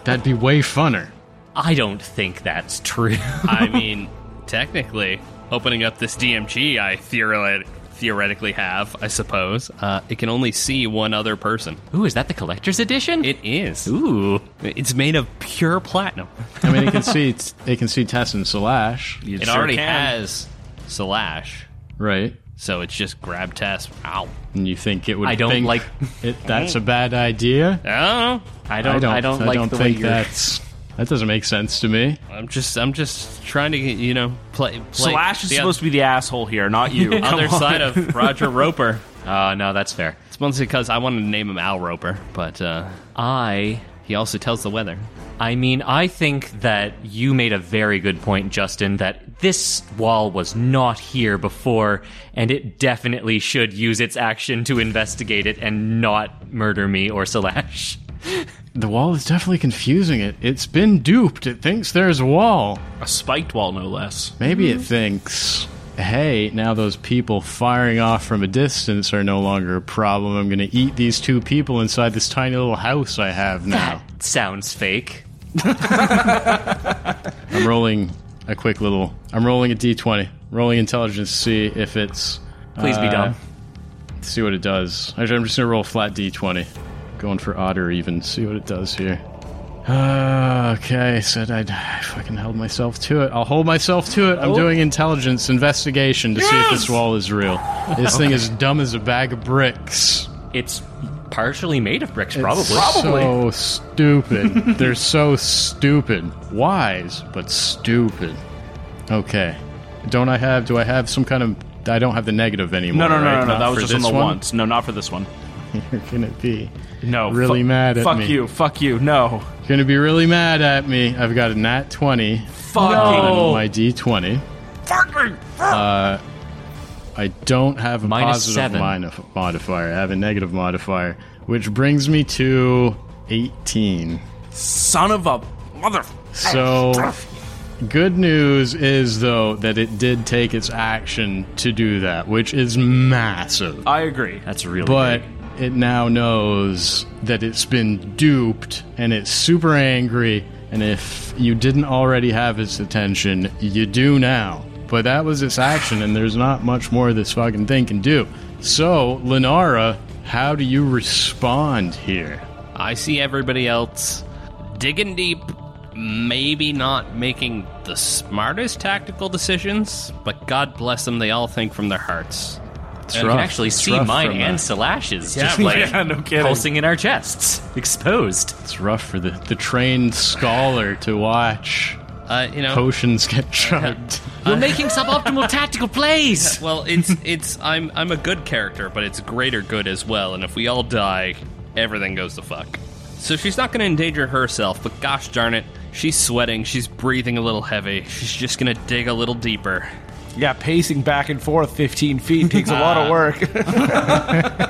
[SPEAKER 1] That'd be way funner.
[SPEAKER 2] I don't think that's true.
[SPEAKER 4] I mean, technically, opening up this DMG, I theoret- theoretically have, I suppose. Uh, it can only see one other person.
[SPEAKER 2] Ooh, is that the collector's edition?
[SPEAKER 4] It is.
[SPEAKER 2] Ooh.
[SPEAKER 4] It's made of pure platinum.
[SPEAKER 1] I mean, it can see it can see Tess and Slash,
[SPEAKER 4] It,
[SPEAKER 3] sure
[SPEAKER 4] already
[SPEAKER 3] can.
[SPEAKER 4] has Slash,
[SPEAKER 1] right?
[SPEAKER 4] so it's just grab test. Ow.
[SPEAKER 1] And you think it would?
[SPEAKER 2] I don't
[SPEAKER 1] think
[SPEAKER 2] like-
[SPEAKER 1] it. That's a bad idea.
[SPEAKER 4] Oh,
[SPEAKER 2] I don't. I don't, like the way
[SPEAKER 1] think
[SPEAKER 2] you're.
[SPEAKER 1] that's that doesn't make sense to me.
[SPEAKER 4] I'm just, I'm just trying to, you know, play. play
[SPEAKER 3] Slash is
[SPEAKER 4] the
[SPEAKER 3] supposed to be the asshole here, not you. Come
[SPEAKER 4] other
[SPEAKER 3] on.
[SPEAKER 4] side of Roger Roper.
[SPEAKER 2] Uh, no, that's fair.
[SPEAKER 4] It's mostly because I wanted to name him Al Roper, but uh,
[SPEAKER 2] I.
[SPEAKER 4] he also tells the weather.
[SPEAKER 2] I mean, I think that you made a very good point, Justin. That this wall was not here before, and it definitely should use its action to investigate it and not murder me or Slash.
[SPEAKER 1] The wall is definitely confusing it. It's been duped. It thinks there's a wall.
[SPEAKER 3] A spiked wall, no less.
[SPEAKER 1] Maybe it thinks, hey, now those people firing off from a distance are no longer a problem. I'm going to eat these two people inside this tiny little house I have now.
[SPEAKER 2] That sounds fake.
[SPEAKER 1] I'm rolling a quick little. I'm rolling a d20. Rolling intelligence to see if it's.
[SPEAKER 2] Please be
[SPEAKER 1] uh,
[SPEAKER 2] dumb.
[SPEAKER 1] See what it does. Actually, I'm just going to roll a flat d20. Going for odd or even. See what it does here. Uh, okay, said I'd, I fucking held myself to it. I'll hold myself to it.
[SPEAKER 3] Oh.
[SPEAKER 1] I'm doing intelligence investigation to see if this wall is real. This thing is dumb as a bag of bricks.
[SPEAKER 2] It's partially made of bricks, probably.
[SPEAKER 1] So stupid. They're so stupid. Wise, but stupid. Okay. Don't I have? Do I have some kind of? I don't have the negative anymore.
[SPEAKER 3] No, no, no,
[SPEAKER 1] right?
[SPEAKER 3] no, no.
[SPEAKER 1] Not
[SPEAKER 3] That was
[SPEAKER 1] for
[SPEAKER 3] just on
[SPEAKER 1] this
[SPEAKER 3] the
[SPEAKER 1] one?
[SPEAKER 3] once. No, not for this one.
[SPEAKER 1] You're gonna be
[SPEAKER 3] No.
[SPEAKER 1] really
[SPEAKER 3] fu-
[SPEAKER 1] mad at
[SPEAKER 3] fuck
[SPEAKER 1] me.
[SPEAKER 3] you. Fuck you. No.
[SPEAKER 1] You're gonna be really mad at me. I've got a nat twenty
[SPEAKER 3] Fuck
[SPEAKER 1] on
[SPEAKER 2] Oh.
[SPEAKER 3] no.
[SPEAKER 1] my d20. I don't have a
[SPEAKER 2] Minus
[SPEAKER 1] positive
[SPEAKER 2] seven.
[SPEAKER 1] minif- modifier. I have a negative modifier, which brings me to 18.
[SPEAKER 3] Son of a mother.
[SPEAKER 1] So, good news is, though, that it did take its action to do that, which is massive.
[SPEAKER 3] I agree.
[SPEAKER 2] That's really
[SPEAKER 1] But
[SPEAKER 2] big.
[SPEAKER 1] it now knows that it's been duped and it's super angry. And if you didn't already have its attention, you do now. But that was its action, and there's not much more this fucking thing can do. So, Lenara, how do you respond here?
[SPEAKER 4] I see everybody else digging deep, maybe not making the smartest tactical decisions, but God bless them, they all think from their hearts.
[SPEAKER 2] And you
[SPEAKER 1] rough.
[SPEAKER 2] can actually
[SPEAKER 1] It's
[SPEAKER 2] see
[SPEAKER 1] rough
[SPEAKER 2] mine
[SPEAKER 1] from
[SPEAKER 2] and
[SPEAKER 1] a-
[SPEAKER 2] Salash's just like
[SPEAKER 3] yeah, no kidding.
[SPEAKER 2] pulsing in our chests, exposed.
[SPEAKER 1] It's rough for the, the trained scholar to watch
[SPEAKER 4] Uh, you know,
[SPEAKER 1] potions get chugged.
[SPEAKER 2] You're making suboptimal tactical plays.
[SPEAKER 4] well, it's it's I'm I'm a good character, but it's greater good as well. And if we all die, everything goes to fuck. So she's not going to endanger herself, but gosh darn it, she's sweating, she's breathing a little heavy. She's just going to dig a little deeper.
[SPEAKER 5] Yeah, pacing back and forth 15 feet takes a lot of work.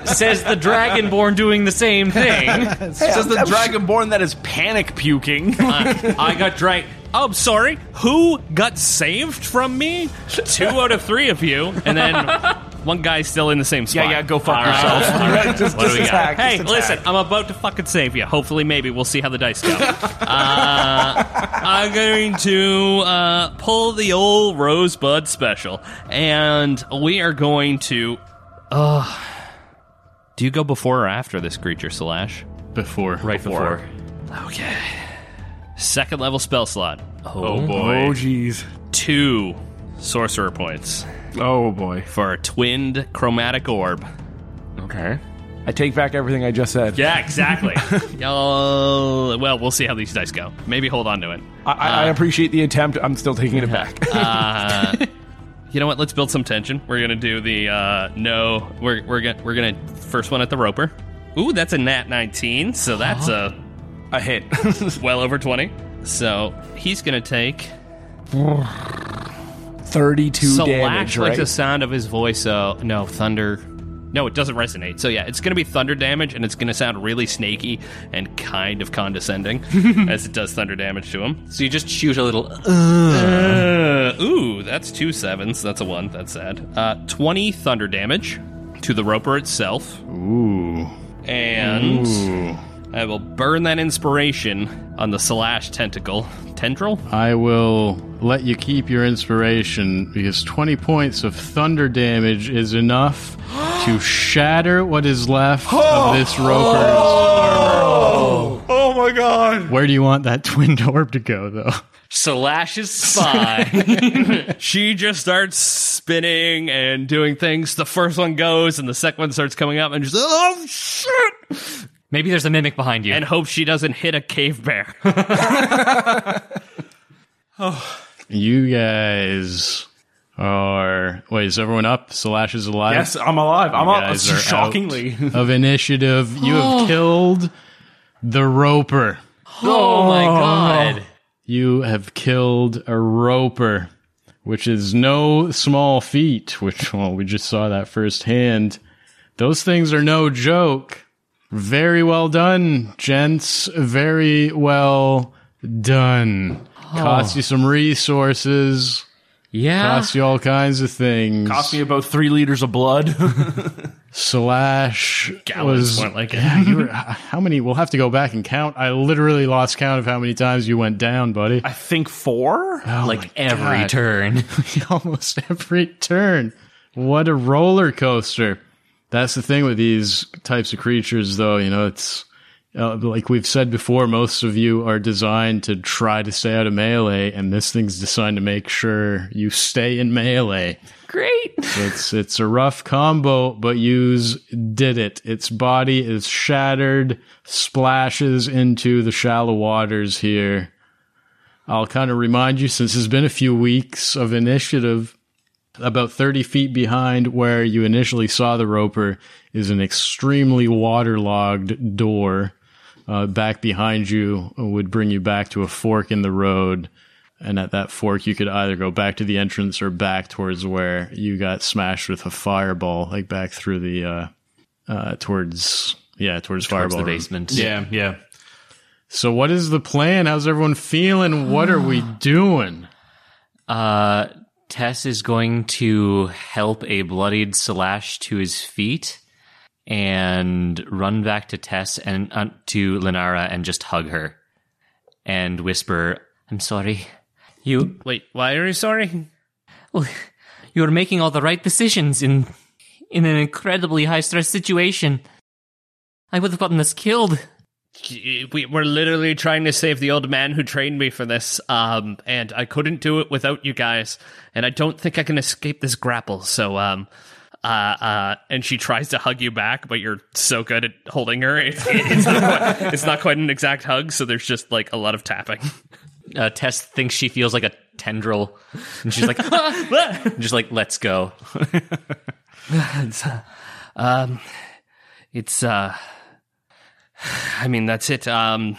[SPEAKER 2] Says the Dragonborn doing the same thing.
[SPEAKER 3] Says the dragonborn that is panic puking.
[SPEAKER 4] I got drank. Oh, I'm sorry. Who got saved from me? Two out of three of you, and then one guy's still in the same spot.
[SPEAKER 3] yeah, yeah, go fuck
[SPEAKER 4] All right.
[SPEAKER 3] yourself.
[SPEAKER 4] All right.
[SPEAKER 5] Just-
[SPEAKER 4] What do we
[SPEAKER 5] just
[SPEAKER 4] got?
[SPEAKER 5] attack, just
[SPEAKER 4] Hey,
[SPEAKER 5] attack.
[SPEAKER 4] listen, I'm about to fucking save you. Hopefully, maybe we'll see how the dice go. uh, I'm going to uh, pull the old Rosebud special, and we are going to. Uh, do you go before or after this creature, Slash?
[SPEAKER 1] Before.
[SPEAKER 2] Right before.
[SPEAKER 4] Okay. Second level spell slot.
[SPEAKER 2] Oh,
[SPEAKER 5] oh, jeez.
[SPEAKER 4] two sorcerer points
[SPEAKER 5] Oh, boy.
[SPEAKER 4] for a twinned chromatic orb.
[SPEAKER 2] okay.
[SPEAKER 5] I take back everything I just said.
[SPEAKER 4] Yeah, exactly. Y'all, well, we'll see how these dice go. Maybe hold on to it.
[SPEAKER 5] Ah. I, I I appreciate the attempt. I'm still taking it back.
[SPEAKER 4] You know what? Let's build some tension. We're gonna do the uh, no. We're we're gonna we're gonna first one at the roper. Ooh, that's a nat nineteen. So that's
[SPEAKER 3] A hit.
[SPEAKER 4] a well over twenty. So he's gonna take.
[SPEAKER 5] 32 damage,
[SPEAKER 4] Slash
[SPEAKER 5] right?
[SPEAKER 4] likes the sound of his voice. So no thunder. No, it doesn't resonate. So yeah, it's gonna be thunder damage, and it's gonna sound really snaky and kind of condescending as it does thunder damage to him.
[SPEAKER 2] So you just shoot a little.
[SPEAKER 4] Uh, ooh, that's two sevens. That's a one. That's sad. Uh, 20 thunder damage to the roper itself.
[SPEAKER 1] Ooh.
[SPEAKER 4] And
[SPEAKER 1] Ooh.
[SPEAKER 4] I will burn that inspiration on the Slash tentacle. Tendril?
[SPEAKER 1] I will let you keep your inspiration because 20 points of thunder damage is enough to shatter what is left of this roper's
[SPEAKER 3] oh my god.
[SPEAKER 1] Where do you want that twin orb to go, though?
[SPEAKER 2] Slash's spine.
[SPEAKER 4] She just starts spinning and doing things. The first one goes, and the second one starts coming up, and just, oh, shit!
[SPEAKER 2] Maybe there's a mimic behind you.
[SPEAKER 4] And hope she doesn't hit a cave bear.
[SPEAKER 1] You guys are. Wait, is everyone up? Slash is alive.
[SPEAKER 5] Yes, I'm alive. I'm
[SPEAKER 1] You
[SPEAKER 5] alive.
[SPEAKER 1] guys are out
[SPEAKER 5] Shockingly.
[SPEAKER 1] of initiative. You have killed the roper.
[SPEAKER 2] oh my god.
[SPEAKER 1] You have killed a roper, which is no small feat, which, well, we just saw that firsthand. Those things are no joke. Very well done, gents. Very well done. Cost you some resources,
[SPEAKER 2] Oh. Yeah.
[SPEAKER 1] cost you all kinds of things.
[SPEAKER 5] Cost me about three liters of blood.
[SPEAKER 1] Slash
[SPEAKER 4] Gallons
[SPEAKER 1] was
[SPEAKER 4] weren't like it.
[SPEAKER 1] yeah, you were, how many? We'll have to go back and count. I literally lost count of how many times you went down, buddy.
[SPEAKER 5] I think four?
[SPEAKER 2] like every turn.
[SPEAKER 1] almost every turn. What a roller coaster. That's the thing with these types of creatures, though. You know, it's uh, like we've said before, most of you are designed to try to stay out of melee, and this thing's designed to make sure you stay in melee.
[SPEAKER 2] Great.
[SPEAKER 1] It's it's a rough combo, but Use did it. Its body is shattered, splashes into the shallow waters here. I'll kind of remind you, since it's been a few weeks of initiative, about 30 feet behind where you initially saw the roper is an extremely waterlogged door. Uh, back behind you would bring you back to a fork in the road. And at that fork, you could either go back to the entrance or back towards where you got smashed with a fireball, like back through the, uh, uh, towards, yeah, towards,
[SPEAKER 2] Towards
[SPEAKER 1] fireball.
[SPEAKER 2] the
[SPEAKER 1] room.
[SPEAKER 2] basement.
[SPEAKER 5] Yeah, yeah.
[SPEAKER 1] So, what is the plan? How's everyone feeling? What are we doing?
[SPEAKER 2] Uh, Tess is going to help a bloodied Slash to his feet and run back to Tess and uh, to Linara and just hug her and whisper, "I'm sorry. You
[SPEAKER 4] Wait, why are you sorry?
[SPEAKER 2] you are making all the right decisions in in an incredibly high stress situation. I would have gotten us killed.
[SPEAKER 4] we were literally trying to save the old man who trained me for this um and i couldn't do it without you guys and i don't think i can escape this grapple so um uh uh and she tries to hug you back but you're so good at holding her it's, it's, not, quite, it's not quite an exact hug so there's just like a lot of tapping
[SPEAKER 2] Uh, Tess thinks she feels like a tendril, and she's like, "Ah!" And just like let's go.
[SPEAKER 4] it's uh i mean that's it um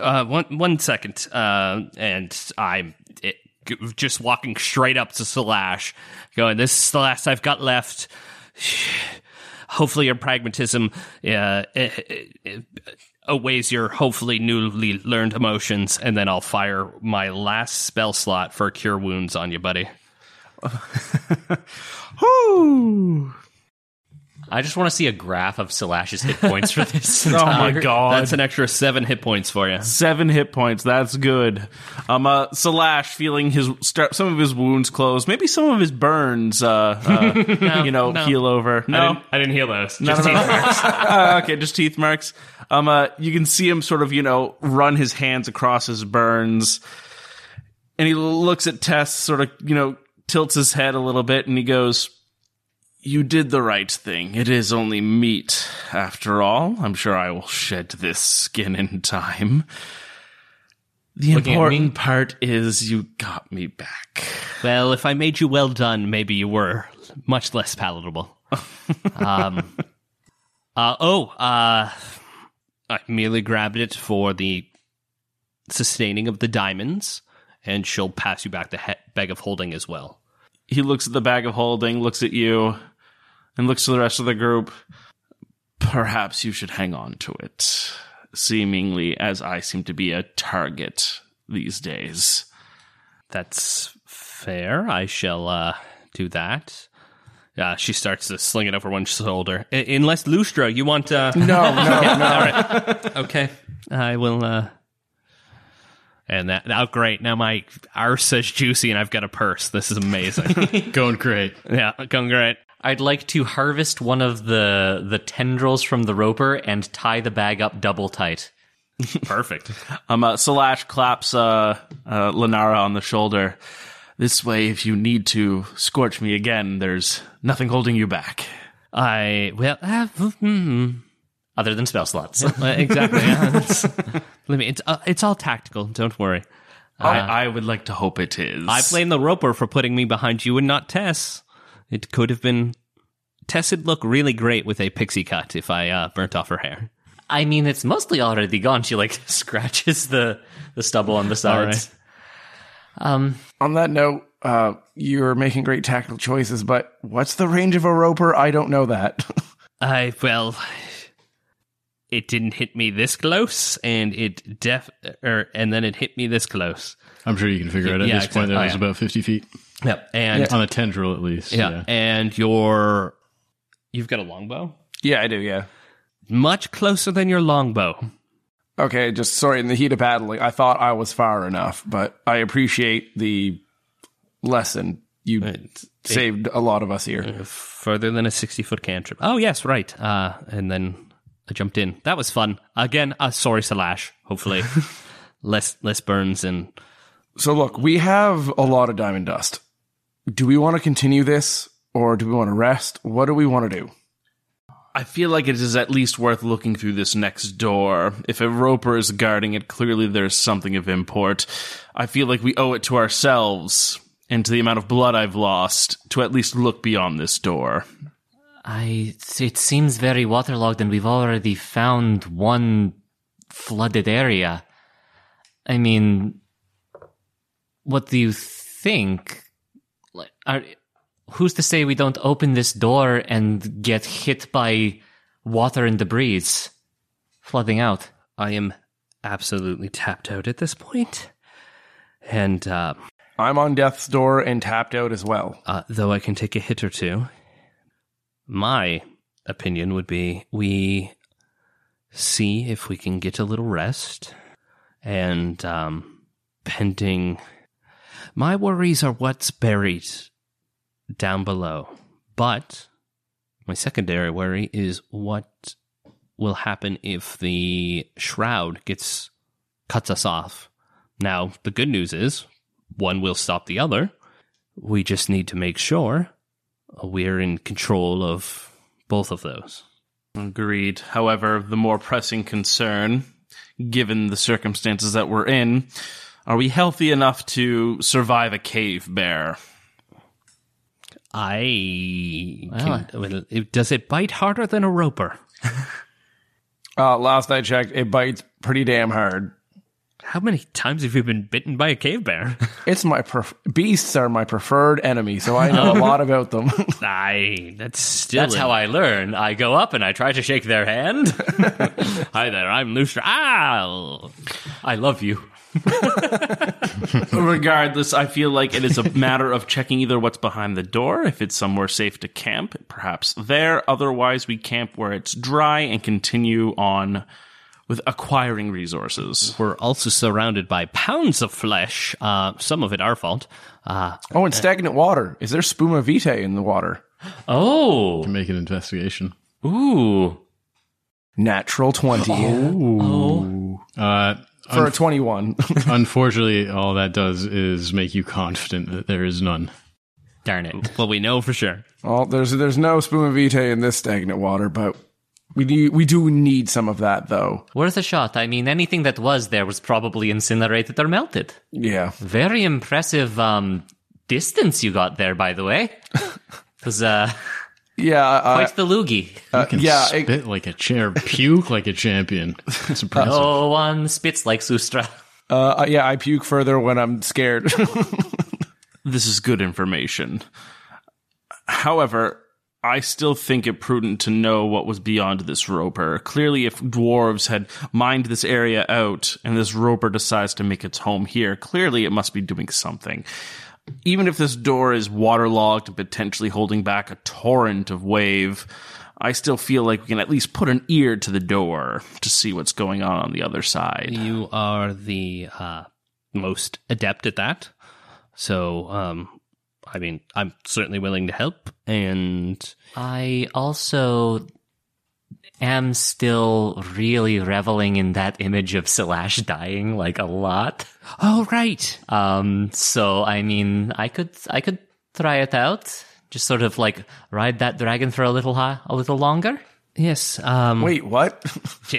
[SPEAKER 4] uh one one second uh and i'm it, g- just walking straight up to slash going this is the last i've got left hopefully your pragmatism uh, uh, uh, uh, outweighs your hopefully newly learned emotions and then i'll fire my last spell slot for cure wounds on you buddy
[SPEAKER 2] I just want to see a graph of Slash's hit points for this.
[SPEAKER 5] Oh my god.
[SPEAKER 4] that's an extra seven hit points for you
[SPEAKER 3] Seven hit points. That's good. Um, uh, Slash feeling his start, some of his wounds close, maybe some of his burns. Uh, uh you know, heal over. No,
[SPEAKER 4] i didn't heal those
[SPEAKER 3] No, no, no. Uh, okay, just teeth marks. Um, uh, you can see him sort of, you know, run his hands across his burns, and he looks at Tess, sort of, you know, tilts his head a little bit, and he goes, "You did the right thing. It is only meat, after all. I'm sure I will shed this skin in time." The
[SPEAKER 2] Looking at me.
[SPEAKER 3] important part is you got me back.
[SPEAKER 4] Well, if I made you well done, maybe you were much less palatable. um, uh, oh, uh, I merely grabbed it for the sustaining of the diamonds, and she'll pass you back the he- bag of holding as well.
[SPEAKER 3] He looks at the bag of holding, looks at you, and looks to the rest of the group. Perhaps you should hang on to it, seemingly as I seem to be a target these days.
[SPEAKER 4] That's fair. I shall uh, do that. Uh, she starts to sling it over one shoulder. I- unless Lustra, you want? Uh,
[SPEAKER 5] No, no, no.
[SPEAKER 4] Okay, I will. uh And that now, great. Now my arse is juicy, and I've got a purse. This is amazing.
[SPEAKER 1] Going great.
[SPEAKER 4] yeah, going great.
[SPEAKER 2] I'd like to harvest one of the the tendrils from the roper and tie the bag up double tight.
[SPEAKER 4] Perfect.
[SPEAKER 3] Um, uh, Slash claps uh, uh, Lenara on the shoulder. This way, if you need to scorch me again, there's nothing holding you back.
[SPEAKER 4] I well uh, mm,
[SPEAKER 2] Other than spell slots.
[SPEAKER 4] uh, exactly. yeah, it's, let me. It's uh, it's all tactical. Don't worry.
[SPEAKER 3] I, I would like to hope it is.
[SPEAKER 4] Uh-huh. I blame the roper for putting me behind you and not Tess. It could have been. Tess would look really great with a pixie cut if I uh, burnt off her hair.
[SPEAKER 2] I mean, it's mostly already gone. She like scratches the the stubble on the sides.
[SPEAKER 5] On that note, uh, you're making great tactical choices, but what's the range of a roper? I don't know that.
[SPEAKER 4] I well, it didn't hit me this close, and it def er, and then it hit me this close.
[SPEAKER 1] I'm sure you can figure it out. At
[SPEAKER 4] Yeah,
[SPEAKER 1] this point,
[SPEAKER 4] exactly.
[SPEAKER 1] that
[SPEAKER 4] Oh,
[SPEAKER 1] was
[SPEAKER 4] yeah.
[SPEAKER 1] about 50 feet
[SPEAKER 4] Yep, and yeah,
[SPEAKER 1] on a tendril, at least.
[SPEAKER 4] and your you've got a longbow,
[SPEAKER 5] yeah, I do. Yeah.
[SPEAKER 4] much closer than your longbow.
[SPEAKER 5] Okay, just sorry. In the heat of battling, I thought I was far enough, but I appreciate the lesson. You saved a lot of us here.
[SPEAKER 4] further than a 60 foot cantrip. Oh, yes, right. Uh, and then I jumped in. That was fun. Again, uh, sorry, Salash. Hopefully, less less burns and
[SPEAKER 5] So, look, we have a lot of diamond dust. Do we want to continue this, or do we want to rest? What do we want to do?
[SPEAKER 3] I feel like it is at least worth looking through this next door. If a roper is guarding it, clearly there's something of import. I feel like we owe it to ourselves and to the amount of blood I've lost to at least look beyond this door.
[SPEAKER 2] I. It seems very waterlogged, and we've already found one flooded area. I mean, what do you think? Like, are, who's to say we don't open this door and get hit by water and debris flooding out?
[SPEAKER 4] I am absolutely tapped out at this point. And uh,
[SPEAKER 5] I'm on death's door and tapped out as well.
[SPEAKER 4] uh, though I can take a hit or two, my opinion would be we see if we can get a little rest. And um, pending, my worries are what's buried down below. But my secondary worry is what will happen if the shroud gets cuts us off. Now, the good news is one will stop the other. We just need to make sure uh, we're in control of both of those.
[SPEAKER 3] Agreed. However, the more pressing concern, given the circumstances that we're in, are we healthy enough to survive a cave bear?
[SPEAKER 4] I can, well, it- does it bite harder than a roper?
[SPEAKER 5] Uh, last I checked, it bites pretty damn hard.
[SPEAKER 4] How many times have you been bitten by a cave bear?
[SPEAKER 5] It's my pref- beasts are my preferred enemy, so I know a lot about them.
[SPEAKER 4] I that's still
[SPEAKER 2] That's how I learn. I go up and I try to shake their hand.
[SPEAKER 4] Hi there, I'm Lustra. Ah,
[SPEAKER 2] I love you.
[SPEAKER 3] Regardless, I feel like it is a matter of checking either what's behind the door, if it's somewhere safe to camp, perhaps there. Otherwise, we camp where it's dry and continue on with acquiring resources.
[SPEAKER 4] we're also surrounded by pounds of flesh. Uh, some of it our fault. Uh,
[SPEAKER 5] oh, and stagnant water. Is there spuma vitae in the water?
[SPEAKER 2] Oh,
[SPEAKER 1] Make an investigation.
[SPEAKER 2] ooh.
[SPEAKER 5] Natural 20
[SPEAKER 1] Uh,
[SPEAKER 5] for a 21.
[SPEAKER 1] unfortunately, all that does is make you confident that there is none.
[SPEAKER 2] Darn it.
[SPEAKER 4] well, we know for sure.
[SPEAKER 5] well, there's there's no spuma vitae in this stagnant water, but We do, we do need some of that though.
[SPEAKER 10] Worth a shot. I mean, anything that was there was probably incinerated or melted.
[SPEAKER 5] Yeah.
[SPEAKER 10] Very impressive um, distance you got there, by the way. It was uh,
[SPEAKER 5] Yeah. I-
[SPEAKER 10] quite the loogie.
[SPEAKER 1] Can
[SPEAKER 5] Uh, yeah, it-
[SPEAKER 1] spit like a chair, puke like a champion. It's impressive.
[SPEAKER 4] Oh,
[SPEAKER 10] no Oh, one spits like Sustra.
[SPEAKER 5] Uh, yeah, I puke further when I'm scared.
[SPEAKER 3] This is good information. However, I still think it prudent to know what was beyond this roper. Clearly, if dwarves had mined this area out and this roper decides to make its home here, clearly it must be doing something. Even if this door is waterlogged and potentially holding back a torrent of wave, I still feel like we can at least put an ear to the door to see what's going on on the other side.
[SPEAKER 4] You are the uh, most adept at that. So, um, I mean, I'm certainly willing to help. And
[SPEAKER 10] I also am still really reveling in that image of Silash dying like a lot.
[SPEAKER 4] oh, right.
[SPEAKER 10] Um, so I mean, I could I could try it out. Just sort of like ride that dragon for a little hi- a little longer.
[SPEAKER 4] Yes. Um,
[SPEAKER 5] Wait, what?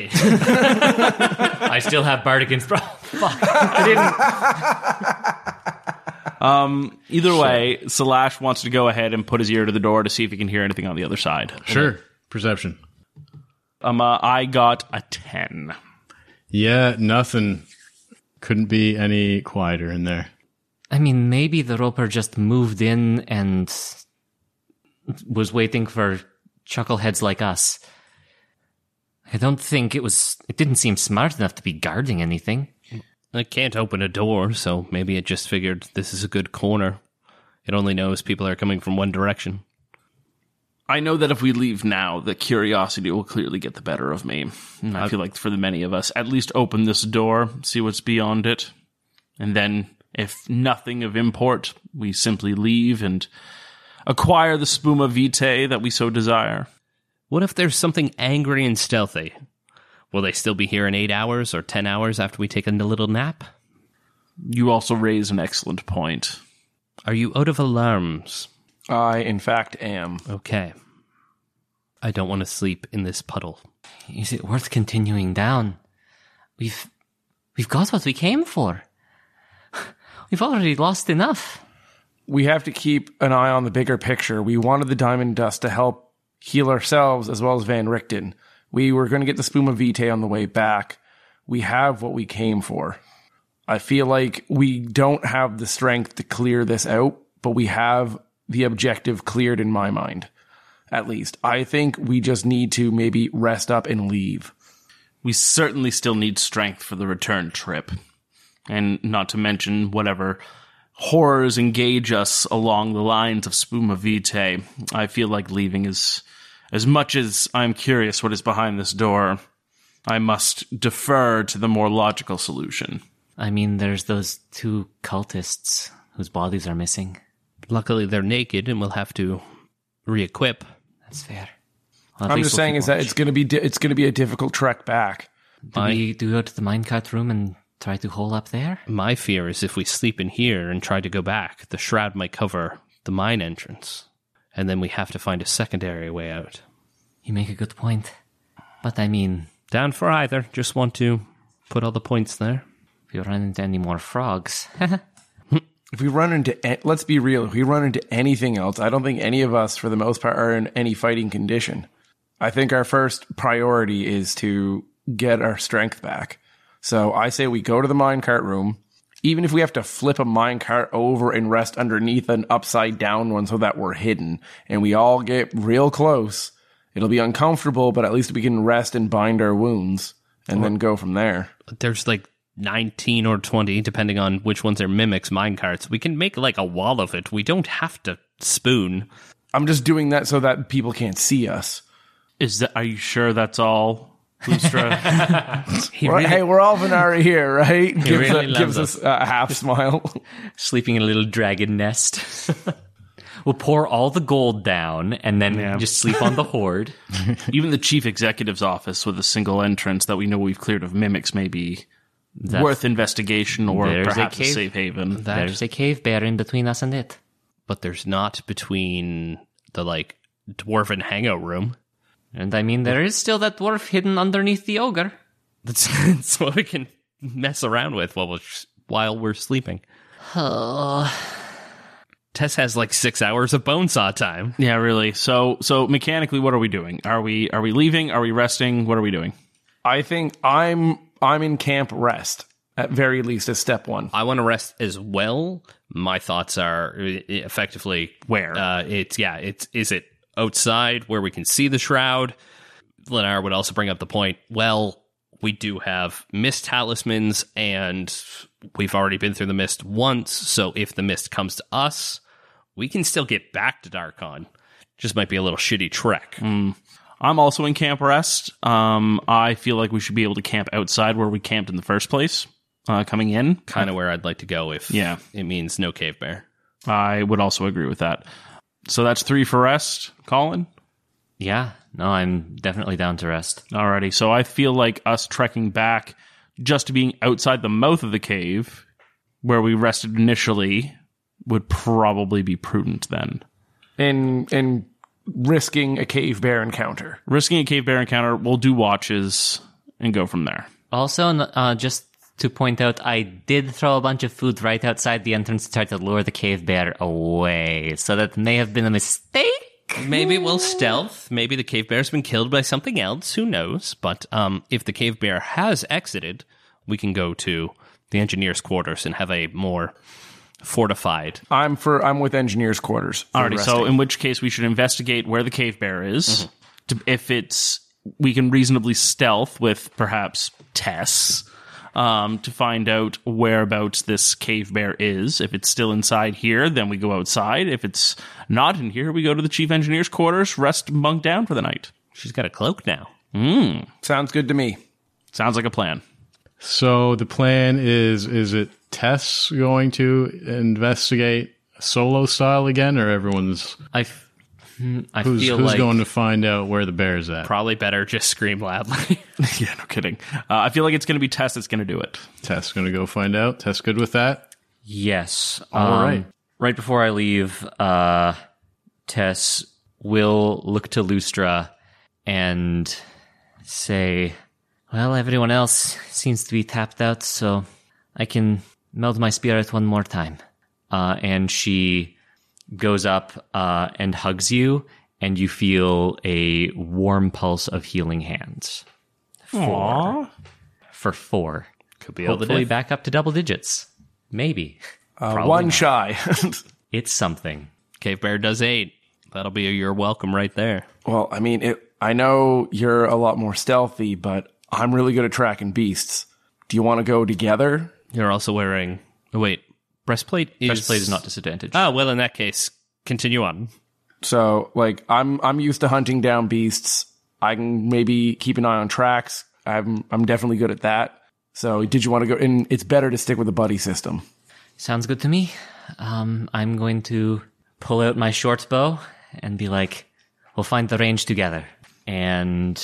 [SPEAKER 10] I still have bardic inspiration. I didn't.
[SPEAKER 3] Either way, Salash wants to go ahead and put his ear to the door to see if he can hear anything on the other side.
[SPEAKER 1] Sure. Perception.
[SPEAKER 3] Um, uh, I got a 10.
[SPEAKER 1] Yeah, nothing. Couldn't be any quieter in there.
[SPEAKER 10] I mean, maybe the roper just moved in and was waiting for chuckleheads like us. I don't think it was. It didn't seem smart enough to be guarding anything.
[SPEAKER 4] I can't open a door, so maybe it just figured this is a good corner. It only knows people are coming from one direction.
[SPEAKER 3] I know that if we leave now, the curiosity will clearly get the better of me. And I feel like for the many of us, at least open this door, see what's beyond it. And then, if nothing of import, we simply leave and acquire the spuma vitae that we so desire.
[SPEAKER 4] What if there's something angry and stealthy? Will they still be here in eight hours or ten hours after we take a little nap?
[SPEAKER 3] You also raise an excellent point.
[SPEAKER 4] Are you out of alarms?
[SPEAKER 5] I, in fact, am.
[SPEAKER 4] Okay. I don't want to sleep in this puddle.
[SPEAKER 10] Is it worth continuing down? We've we've got what we came for. We've already lost enough.
[SPEAKER 5] We have to keep an eye on the bigger picture. We wanted the diamond dust to help heal ourselves as well as Van Richten. We were going to get the Spuma Vitae on the way back. We have what we came for. I feel like we don't have the strength to clear this out, but we have the objective cleared in my mind. At least, I think we just need to maybe rest up and leave.
[SPEAKER 3] we certainly still need strength for the return trip. And not to mention whatever horrors engage us along the lines of Spuma Vitae. I feel like leaving is, as much as I'm curious what is behind this door, I must defer to the more logical solution.
[SPEAKER 10] I mean, there's those two cultists whose bodies are missing.
[SPEAKER 4] Luckily, they're naked and we'll have to re equip.
[SPEAKER 10] That's fair. Well, at
[SPEAKER 5] I'm
[SPEAKER 10] least
[SPEAKER 5] just
[SPEAKER 10] we'll
[SPEAKER 5] saying
[SPEAKER 10] keep
[SPEAKER 5] is that
[SPEAKER 10] watch.
[SPEAKER 5] it's going to be di- it's going to be a difficult trek back.
[SPEAKER 10] do we do we go to the minecart room and try to hole up there?
[SPEAKER 4] My fear is if we sleep in here and try to go back, the shroud might cover the mine entrance. And then we have to find a secondary way out.
[SPEAKER 10] You make a good point, but I mean,
[SPEAKER 4] Down for either. Just want to put all the points there.
[SPEAKER 10] if we run into any more frogs,
[SPEAKER 5] If we run into, a- let's be real, if we run into anything else, I don't think any of us, for the most part, are in any fighting condition. I think our first priority is to get our strength back. So I say we go to the minecart room, even if we have to flip a minecart over and rest underneath an upside down one so that we're hidden and we all get real close. It'll be uncomfortable, but at least we can rest and bind our wounds and then go from there.
[SPEAKER 4] There's like 19 or 20, depending on which ones are mimics, mine carts. We can make like a wall of it. We don't have to spoon.
[SPEAKER 5] I'm just doing that so that people can't see us.
[SPEAKER 3] Is that, are you sure that's all? Lustra?
[SPEAKER 5] We're- hey, we're all Venari here, right? gives
[SPEAKER 10] really
[SPEAKER 5] a- gives
[SPEAKER 10] loves
[SPEAKER 5] us a half smile.
[SPEAKER 10] sleeping in a little dragon nest. we'll pour all the gold down and then just sleep on the hoard.
[SPEAKER 3] Even the chief executive's office with a single entrance that we know we've cleared of mimics may be worth investigation or
[SPEAKER 10] There's a
[SPEAKER 3] perhaps a,
[SPEAKER 10] cave.
[SPEAKER 3] safe haven.
[SPEAKER 10] There's a cave bear in between us and it.
[SPEAKER 4] but there's not between the like dwarven hangout room.
[SPEAKER 10] And I mean, there is still that dwarf hidden underneath the ogre.
[SPEAKER 4] That's, that's what we can mess around with while we're, while we're sleeping. Tess has like six hours of bone saw time.
[SPEAKER 3] Yeah, really. So so mechanically, what are we doing? Are we are we leaving? Are we resting? What are we doing?
[SPEAKER 5] I think I'm I'm in camp rest at very least as step one.
[SPEAKER 4] I want to rest as well. My thoughts are uh, effectively
[SPEAKER 3] Where?
[SPEAKER 4] Uh, it's yeah. It's is it outside where we can see the shroud? Lenar would also bring up the point. Well, we do have mist talismans, and we've already been through the mist once. So if the mist comes to us, we can still get back to Darkon. Just might be a little shitty trek.
[SPEAKER 3] Mm, I'm also in camp rest. Um, I feel like we should be able to camp outside where we camped in the first place. Uh, coming in,
[SPEAKER 4] Kind of where I'd like to go if
[SPEAKER 3] Yeah.
[SPEAKER 4] it means no cave bear.
[SPEAKER 3] I would also agree with that. So that's three for rest, Colin.
[SPEAKER 10] Yeah, no, I'm definitely down to rest.
[SPEAKER 3] Alrighty. So I feel like us trekking back just to being outside the mouth of the cave where we rested initially would probably be prudent then.
[SPEAKER 5] In in risking a cave bear encounter.
[SPEAKER 3] Risking a cave bear encounter, we'll do watches and go from there.
[SPEAKER 10] Also, n- uh, just to point out, I did throw a bunch of food right outside the entrance to try to lure the cave bear away. So that may have been a mistake.
[SPEAKER 4] Maybe we'll stealth. Maybe the cave bear's been killed by something else. Who knows? But um, if the cave bear has exited, we can go to the engineer's quarters and have a more fortified.
[SPEAKER 5] I'm for I'm with engineers quarters. for
[SPEAKER 3] Alrighty, so
[SPEAKER 5] resting.
[SPEAKER 3] in which case we should investigate where the cave bear is. To, if it's we can reasonably stealth with perhaps Tess um, to find out whereabouts this cave bear is. If it's still inside here, then we go outside. If it's not in here, we go to the chief engineer's quarters, rest monk down for the night.
[SPEAKER 4] She's got a cloak now.
[SPEAKER 5] sounds good to me.
[SPEAKER 3] Sounds like a plan.
[SPEAKER 1] So the plan is is it Tess going to investigate solo style again or everyone's
[SPEAKER 10] I, f- hmm, I
[SPEAKER 1] who's
[SPEAKER 10] feel
[SPEAKER 1] who's
[SPEAKER 10] like
[SPEAKER 1] going to find out where the bear's at?
[SPEAKER 4] Probably better just scream loudly.
[SPEAKER 3] yeah, no kidding. Uh, I feel like it's going to be Tess that's going to do it.
[SPEAKER 1] Tess gonna go find out. Tess good with that?
[SPEAKER 10] yes.
[SPEAKER 1] All
[SPEAKER 10] um,
[SPEAKER 1] right.
[SPEAKER 10] Right before I leave, uh, Tess will look to Lustra and say, Well, everyone else seems to be tapped out, so I can meld my spirit one more time. Uh, and she goes up uh, and hugs you, and you feel a warm pulse of healing hands. Four. For four. Could be Hopefully back up to double digits. Maybe.
[SPEAKER 5] Uh, one shy.
[SPEAKER 10] It's something.
[SPEAKER 4] cave bear does eight. That'll be your welcome right there.
[SPEAKER 5] well, I mean, it, I know you're a lot more stealthy, but I'm really good at tracking beasts. Do you want to go together?
[SPEAKER 4] You're also wearing. Oh, wait. Breastplate is.
[SPEAKER 10] Breastplate is not disadvantage.
[SPEAKER 4] Oh, well, in that case, continue on.
[SPEAKER 5] So, like, I'm I'm used to hunting down beasts. I can maybe keep an eye on tracks. I'm I'm definitely good at that. So, did you want to go? And it's better to stick with the buddy system.
[SPEAKER 10] Sounds good to me. Um, I'm going to pull out my short bow and be like, "We'll find the range together." And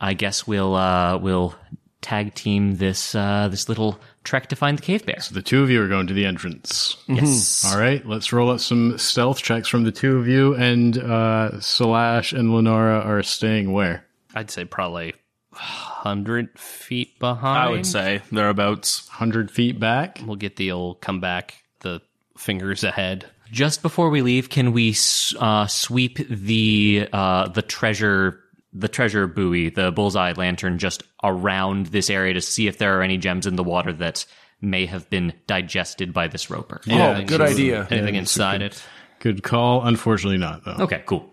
[SPEAKER 10] I guess we'll uh, we'll tag team this uh, this little trek to find the cave bear.
[SPEAKER 1] The two of you are going to the entrance.
[SPEAKER 10] Mm-hmm. Yes.
[SPEAKER 1] All right, let's roll out some stealth checks from the two of you and uh Slash and Lenora are staying where?
[SPEAKER 4] I'd say probably 100 feet behind.
[SPEAKER 3] I would say thereabouts.
[SPEAKER 1] Hundred feet back?
[SPEAKER 4] We'll get the old comeback, the fingers ahead.
[SPEAKER 10] Just before we leave, can we s- uh, sweep the uh, the treasure the treasure buoy, the bullseye lantern, just around this area to see if there are any gems in the water that may have been digested by this roper?
[SPEAKER 5] oh, good idea.
[SPEAKER 4] Anything inside it?
[SPEAKER 1] Good call. Unfortunately not though.
[SPEAKER 10] Okay, cool.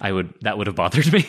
[SPEAKER 10] I would that would have bothered me.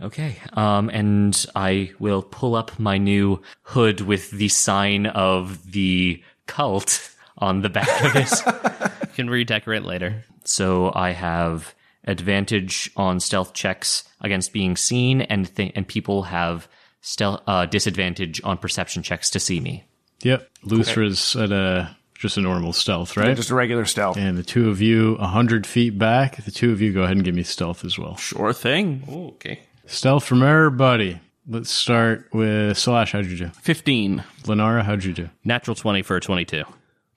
[SPEAKER 10] okay. Um and I will pull up my new hood with the sign of the cult on the back of it.
[SPEAKER 4] You can redecorate later.
[SPEAKER 10] so I have advantage on stealth checks against being seen and th- and people have stealth uh, disadvantage on perception checks to see me.
[SPEAKER 1] Yep. Luthra's at a just a normal stealth, right?
[SPEAKER 5] Just a regular stealth.
[SPEAKER 1] And the two of you, 100 feet back, the two of you go ahead and give me stealth as well.
[SPEAKER 3] Sure thing.
[SPEAKER 4] okay.
[SPEAKER 1] Stealth from everybody. Let's start with Slash. How'd you do?
[SPEAKER 3] 15.
[SPEAKER 1] Lenara, how'd you do?
[SPEAKER 4] Natural 20 for a 22.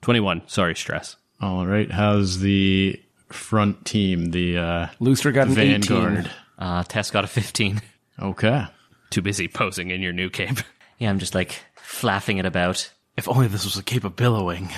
[SPEAKER 4] 21. Sorry, stress.
[SPEAKER 1] All right. How's the front team, the uh,
[SPEAKER 5] Looster got an 18.
[SPEAKER 1] vanguard?
[SPEAKER 10] Uh, Tess got a 15.
[SPEAKER 1] Okay.
[SPEAKER 4] Too busy posing in your new cape.
[SPEAKER 10] Yeah, I'm just like flapping it about,
[SPEAKER 3] If only this was a cape of billowing.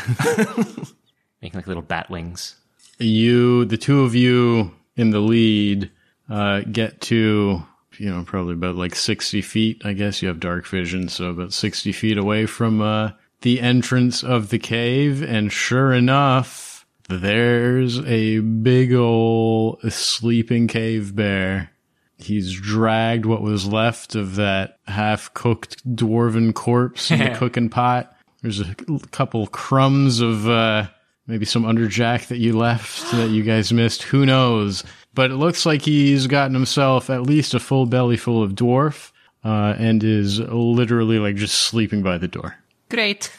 [SPEAKER 10] making like little bat wings.
[SPEAKER 1] you the two of you in the lead uh, get to you know probably about like 60 feet i guess you have dark vision so about 60 feet away from uh, the entrance of the cave and sure enough there's a big ol' sleeping cave bear he's dragged what was left of that half-cooked dwarven corpse in the cooking pot there's a couple crumbs of uh, maybe some underjack that you left that you guys missed. Who knows? But it looks like he's gotten himself at least a full belly full of dwarf uh, and is literally like just sleeping by the door.
[SPEAKER 10] Great.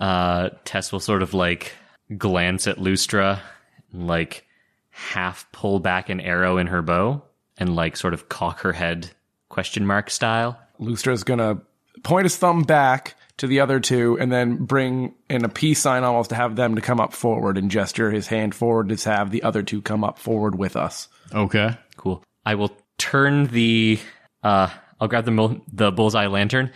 [SPEAKER 10] Uh, Tess will sort of like glance at Lustra and like half pull back an arrow in her bow and like sort of cock her head question mark style.
[SPEAKER 5] Lustra's gonna point his thumb back to the other two and then bring in a peace sign almost to have them to come up forward and gesture his hand forward to have the other two come up forward with us.
[SPEAKER 1] Okay.
[SPEAKER 10] Cool. I will turn the uh I'll grab the mul- the bullseye lantern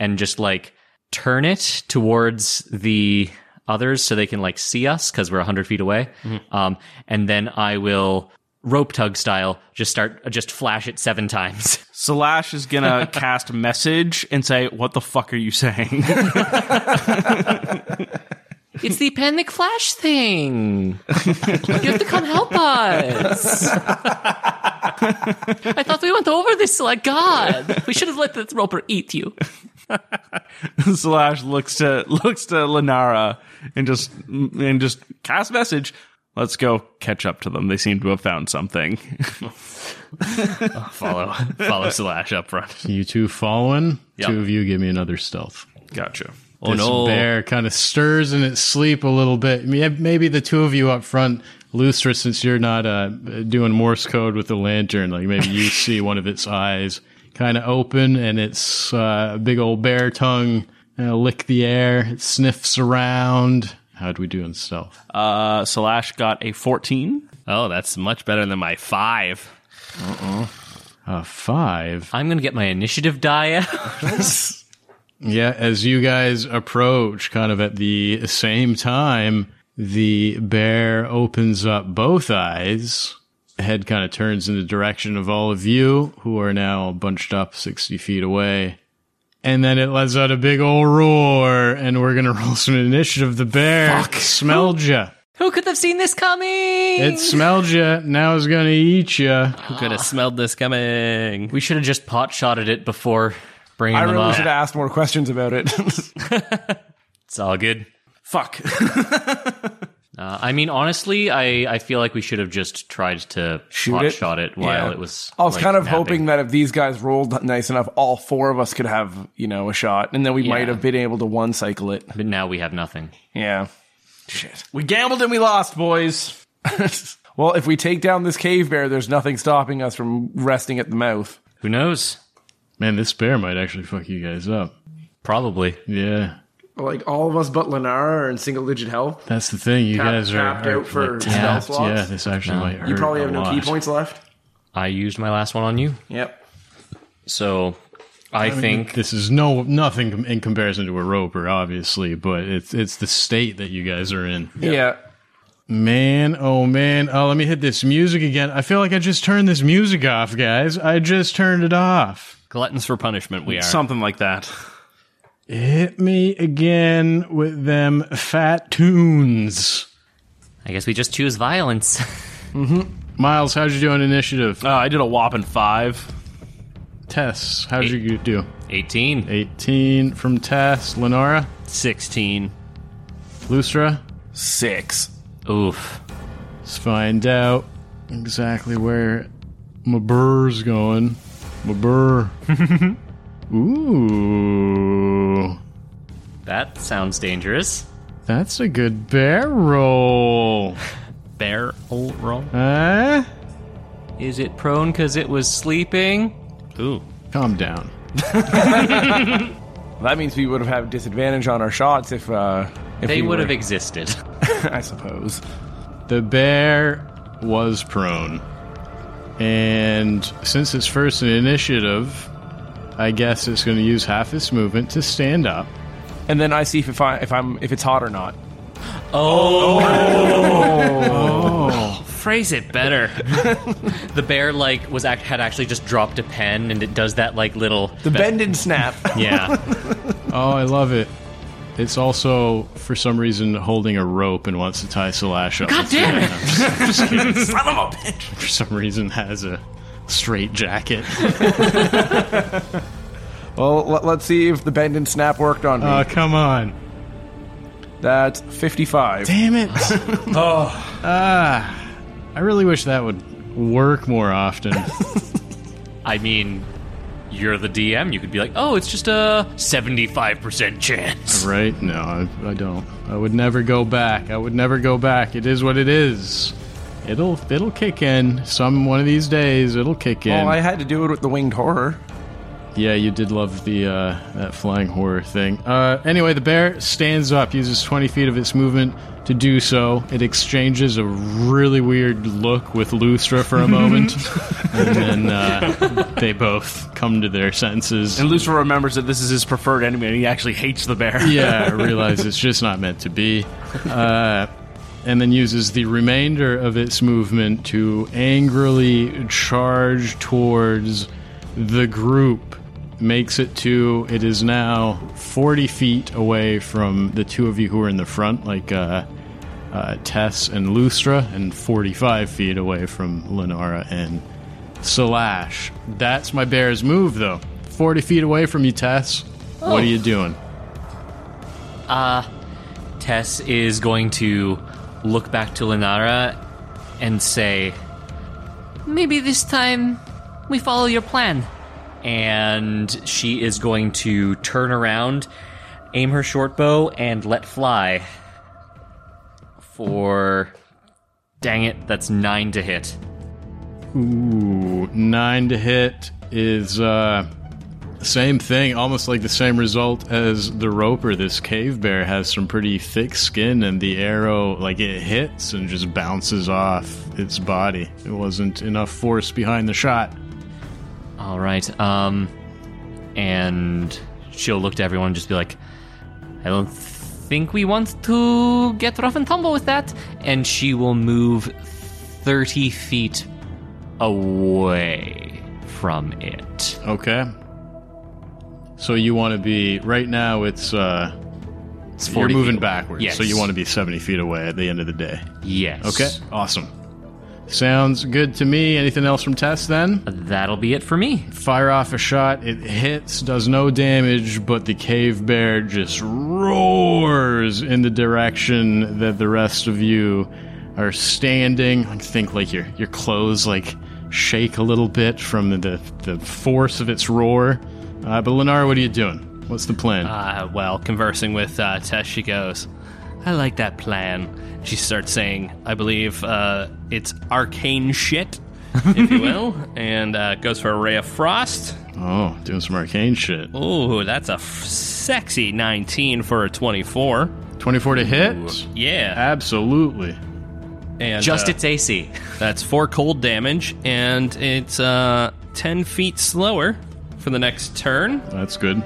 [SPEAKER 10] and just like turn it towards the others so they can like see us because we're 100 feet away um and then i will rope tug style just start just flash it seven times
[SPEAKER 3] Slash is gonna cast message and say, "What the fuck are you saying?"
[SPEAKER 10] It's the panic flash thing. you have to come help us. I thought we went over this like God. We should have let the roper eat you.
[SPEAKER 3] Slash looks to looks to Lenara and just and just cast message. Let's go catch up to them. They seem to have found something.
[SPEAKER 4] Follow, follow Slash up front.
[SPEAKER 1] You two following? Two of you give me another stealth.
[SPEAKER 3] Gotcha.
[SPEAKER 4] Oh
[SPEAKER 1] this
[SPEAKER 4] no!
[SPEAKER 1] bear kind of stirs in its sleep a little bit. May- Maybe the two of you up front, Lustra, since you're not uh, doing Morse code with the lantern, like maybe you see one of its eyes kind of open and its uh, big old bear tongue uh, lick the air. It sniffs around. How'd we do in stealth?
[SPEAKER 3] Uh, Slash got a fourteen.
[SPEAKER 4] Oh, that's much better than my five.
[SPEAKER 1] A Uh, five.
[SPEAKER 10] I'm gonna get my initiative die out.
[SPEAKER 1] Yeah, as you guys approach, kind of at the same time, the bear opens up both eyes. Head kind of turns in the direction of all of you, who are now bunched up 60 feet away. And then it lets out a big old roar, and we're going to roll some initiative. The bear smelled ya.
[SPEAKER 10] Who could have seen this coming?
[SPEAKER 1] It smelled ya. Now it's going to eat ya.
[SPEAKER 4] Who could have smelled this coming?
[SPEAKER 10] Ah. we should have just pot shotted it before bringing
[SPEAKER 5] I
[SPEAKER 10] them
[SPEAKER 5] really
[SPEAKER 10] up.
[SPEAKER 5] should have asked more questions about it.
[SPEAKER 10] It's all good.
[SPEAKER 3] Fuck.
[SPEAKER 10] Uh, I mean, honestly, I, I feel like we should have just tried to
[SPEAKER 5] Shoot
[SPEAKER 10] pot
[SPEAKER 5] it?
[SPEAKER 10] shot it while
[SPEAKER 5] Yeah.
[SPEAKER 10] it was.
[SPEAKER 5] I was
[SPEAKER 10] like,
[SPEAKER 5] kind of
[SPEAKER 10] napping.
[SPEAKER 5] hoping that if these guys rolled nice enough, all four of us could have, you know, a shot, and then we might
[SPEAKER 10] Yeah.
[SPEAKER 5] have been able to one cycle it.
[SPEAKER 10] but now we have nothing.
[SPEAKER 5] Yeah.
[SPEAKER 3] we gambled and we lost, boys.
[SPEAKER 5] Well, if we take down this cave bear, there's nothing stopping us from resting at the mouth.
[SPEAKER 10] Who knows?
[SPEAKER 1] Man, this bear might actually fuck you guys up.
[SPEAKER 10] Probably.
[SPEAKER 1] Yeah.
[SPEAKER 5] Like all of us but Lenara are in single digit health.
[SPEAKER 1] That's the thing. You
[SPEAKER 5] Tap-
[SPEAKER 1] guys are,
[SPEAKER 5] tapped
[SPEAKER 1] are
[SPEAKER 5] out for
[SPEAKER 1] like,
[SPEAKER 5] spell
[SPEAKER 1] tapped.
[SPEAKER 5] slots?
[SPEAKER 1] Yeah, this actually might hurt.
[SPEAKER 5] You probably
[SPEAKER 1] a
[SPEAKER 5] have no
[SPEAKER 1] lot.
[SPEAKER 5] key points left.
[SPEAKER 10] I used my last one on you.
[SPEAKER 5] Yep.
[SPEAKER 10] So I, think
[SPEAKER 1] This is no nothing com- in comparison to a roper, obviously, but it's it's the state that you guys are in.
[SPEAKER 5] Yeah.
[SPEAKER 1] Man, oh man! Oh, let me hit this music again. I feel like I just turned this music off, guys. I just turned it off.
[SPEAKER 4] Gluttons for punishment. We are.
[SPEAKER 3] Something like that.
[SPEAKER 1] Hit me again with them fat tunes.
[SPEAKER 10] I guess we just choose violence.
[SPEAKER 1] Miles, how'd you do on initiative?
[SPEAKER 3] Uh, I did a whopping five.
[SPEAKER 1] Tess, how'd you do?
[SPEAKER 10] 18.
[SPEAKER 1] Eighteen from Tess. Lenora,
[SPEAKER 4] Sixteen.
[SPEAKER 1] Lustra.
[SPEAKER 5] Six.
[SPEAKER 10] Oof.
[SPEAKER 1] Let's find out exactly where my burr's going. My burr. Ooh.
[SPEAKER 10] That sounds dangerous.
[SPEAKER 1] That's a good bear roll.
[SPEAKER 4] Bear roll.
[SPEAKER 1] Huh?
[SPEAKER 10] Is it prone because it was sleeping?
[SPEAKER 4] Ooh.
[SPEAKER 1] Calm down.
[SPEAKER 5] That means we would have had disadvantage on our shots if, uh, if
[SPEAKER 10] They
[SPEAKER 5] we
[SPEAKER 10] would
[SPEAKER 5] were-
[SPEAKER 10] have existed.
[SPEAKER 5] I suppose.
[SPEAKER 1] The bear was prone. And since it's first an initiative, I guess it's going to use half its movement to stand up.
[SPEAKER 5] and then I see if I if I'm if it's hot or not.
[SPEAKER 2] Phrase it better. the bear like was act- had actually just dropped a pen, and it does that like little.
[SPEAKER 5] The bend and snap.
[SPEAKER 2] yeah,
[SPEAKER 1] Oh, I love it. It's also, for some reason, holding a rope and wants to tie Salash up. God damn it! For some reason, has a straight jacket.
[SPEAKER 5] well, let, let's see if the bend and snap worked on me.
[SPEAKER 1] Oh, come on.
[SPEAKER 5] That's 55.
[SPEAKER 1] Damn it. oh. Ah. I really wish that would work more often.
[SPEAKER 2] I mean, you're the DM. You could be like, oh, it's just a seventy-five percent chance.
[SPEAKER 1] right? No, I, I don't. I would never go back. I would never go back. It is what it is. It'll it'll kick in some one of these days. It'll kick in.
[SPEAKER 5] Well, I had to do it with the winged horror.
[SPEAKER 1] Yeah, you did love the uh, that flying horror thing. Uh, anyway, the bear stands up, uses 20 feet of its movement to do so. It exchanges a really weird look with Lustra for a moment, and then uh, they both come to their senses.
[SPEAKER 3] And Lucifer remembers that this is his preferred enemy, and he actually hates the bear.
[SPEAKER 1] Yeah, realize it's just not meant to be, uh, and then uses the remainder of its movement to angrily charge towards the group. Makes it to it is now forty feet away from the two of you who are in the front, like uh, uh, Tess and Lustra, and forty-five feet away from Lenora and Salash. That's my bear's move, though. Forty feet away from you, Tess. What are you doing?
[SPEAKER 2] Tess is going to look back to Lenara and say, Maybe this time we follow your plan. And she is going to turn around, aim her short bow, and let fly. For. Dang it, that's nine to hit.
[SPEAKER 1] Ooh, nine to hit is uh, same thing, almost like the same result as the roper. This cave bear has some pretty thick skin, and the arrow, like it hits and just bounces off its body. It wasn't enough force behind the shot.
[SPEAKER 2] All right. Um, and she'll look to everyone and just be like, I don't think we want to get rough and tumble with that. And she will move 30 feet away from it.
[SPEAKER 1] Okay. So you want to be right now? It's uh,
[SPEAKER 2] It's
[SPEAKER 1] you're
[SPEAKER 2] 40 feet
[SPEAKER 1] moving
[SPEAKER 2] away.
[SPEAKER 1] backwards,
[SPEAKER 2] Yes.
[SPEAKER 1] so you want to be seventy feet away at the end of the day.
[SPEAKER 2] Yes.
[SPEAKER 1] Okay, awesome. Sounds good to me. Anything else from Tess then?
[SPEAKER 2] That'll be it for me.
[SPEAKER 1] fire off a shot. It hits, does no damage, but the cave bear just roars in the direction that the rest of you are standing. I think like your your clothes like shake a little bit from the the, the force of its roar. Uh, but Lenara, what are you doing? What's the plan?
[SPEAKER 4] Uh, well, conversing with uh, Tess, she goes, I like that plan. She starts saying, I believe uh, it's arcane shit, if you will, and uh, goes for a ray of frost.
[SPEAKER 1] oh, doing some arcane shit.
[SPEAKER 4] Ooh, that's a f- sexy 19 for a 24.
[SPEAKER 1] Twenty four to hit.
[SPEAKER 4] Yeah.
[SPEAKER 1] Absolutely.
[SPEAKER 4] And,
[SPEAKER 2] Just
[SPEAKER 4] uh,
[SPEAKER 2] its AC.
[SPEAKER 4] That's four cold damage, and it's uh, 10 feet slower for the next turn.
[SPEAKER 1] That's good.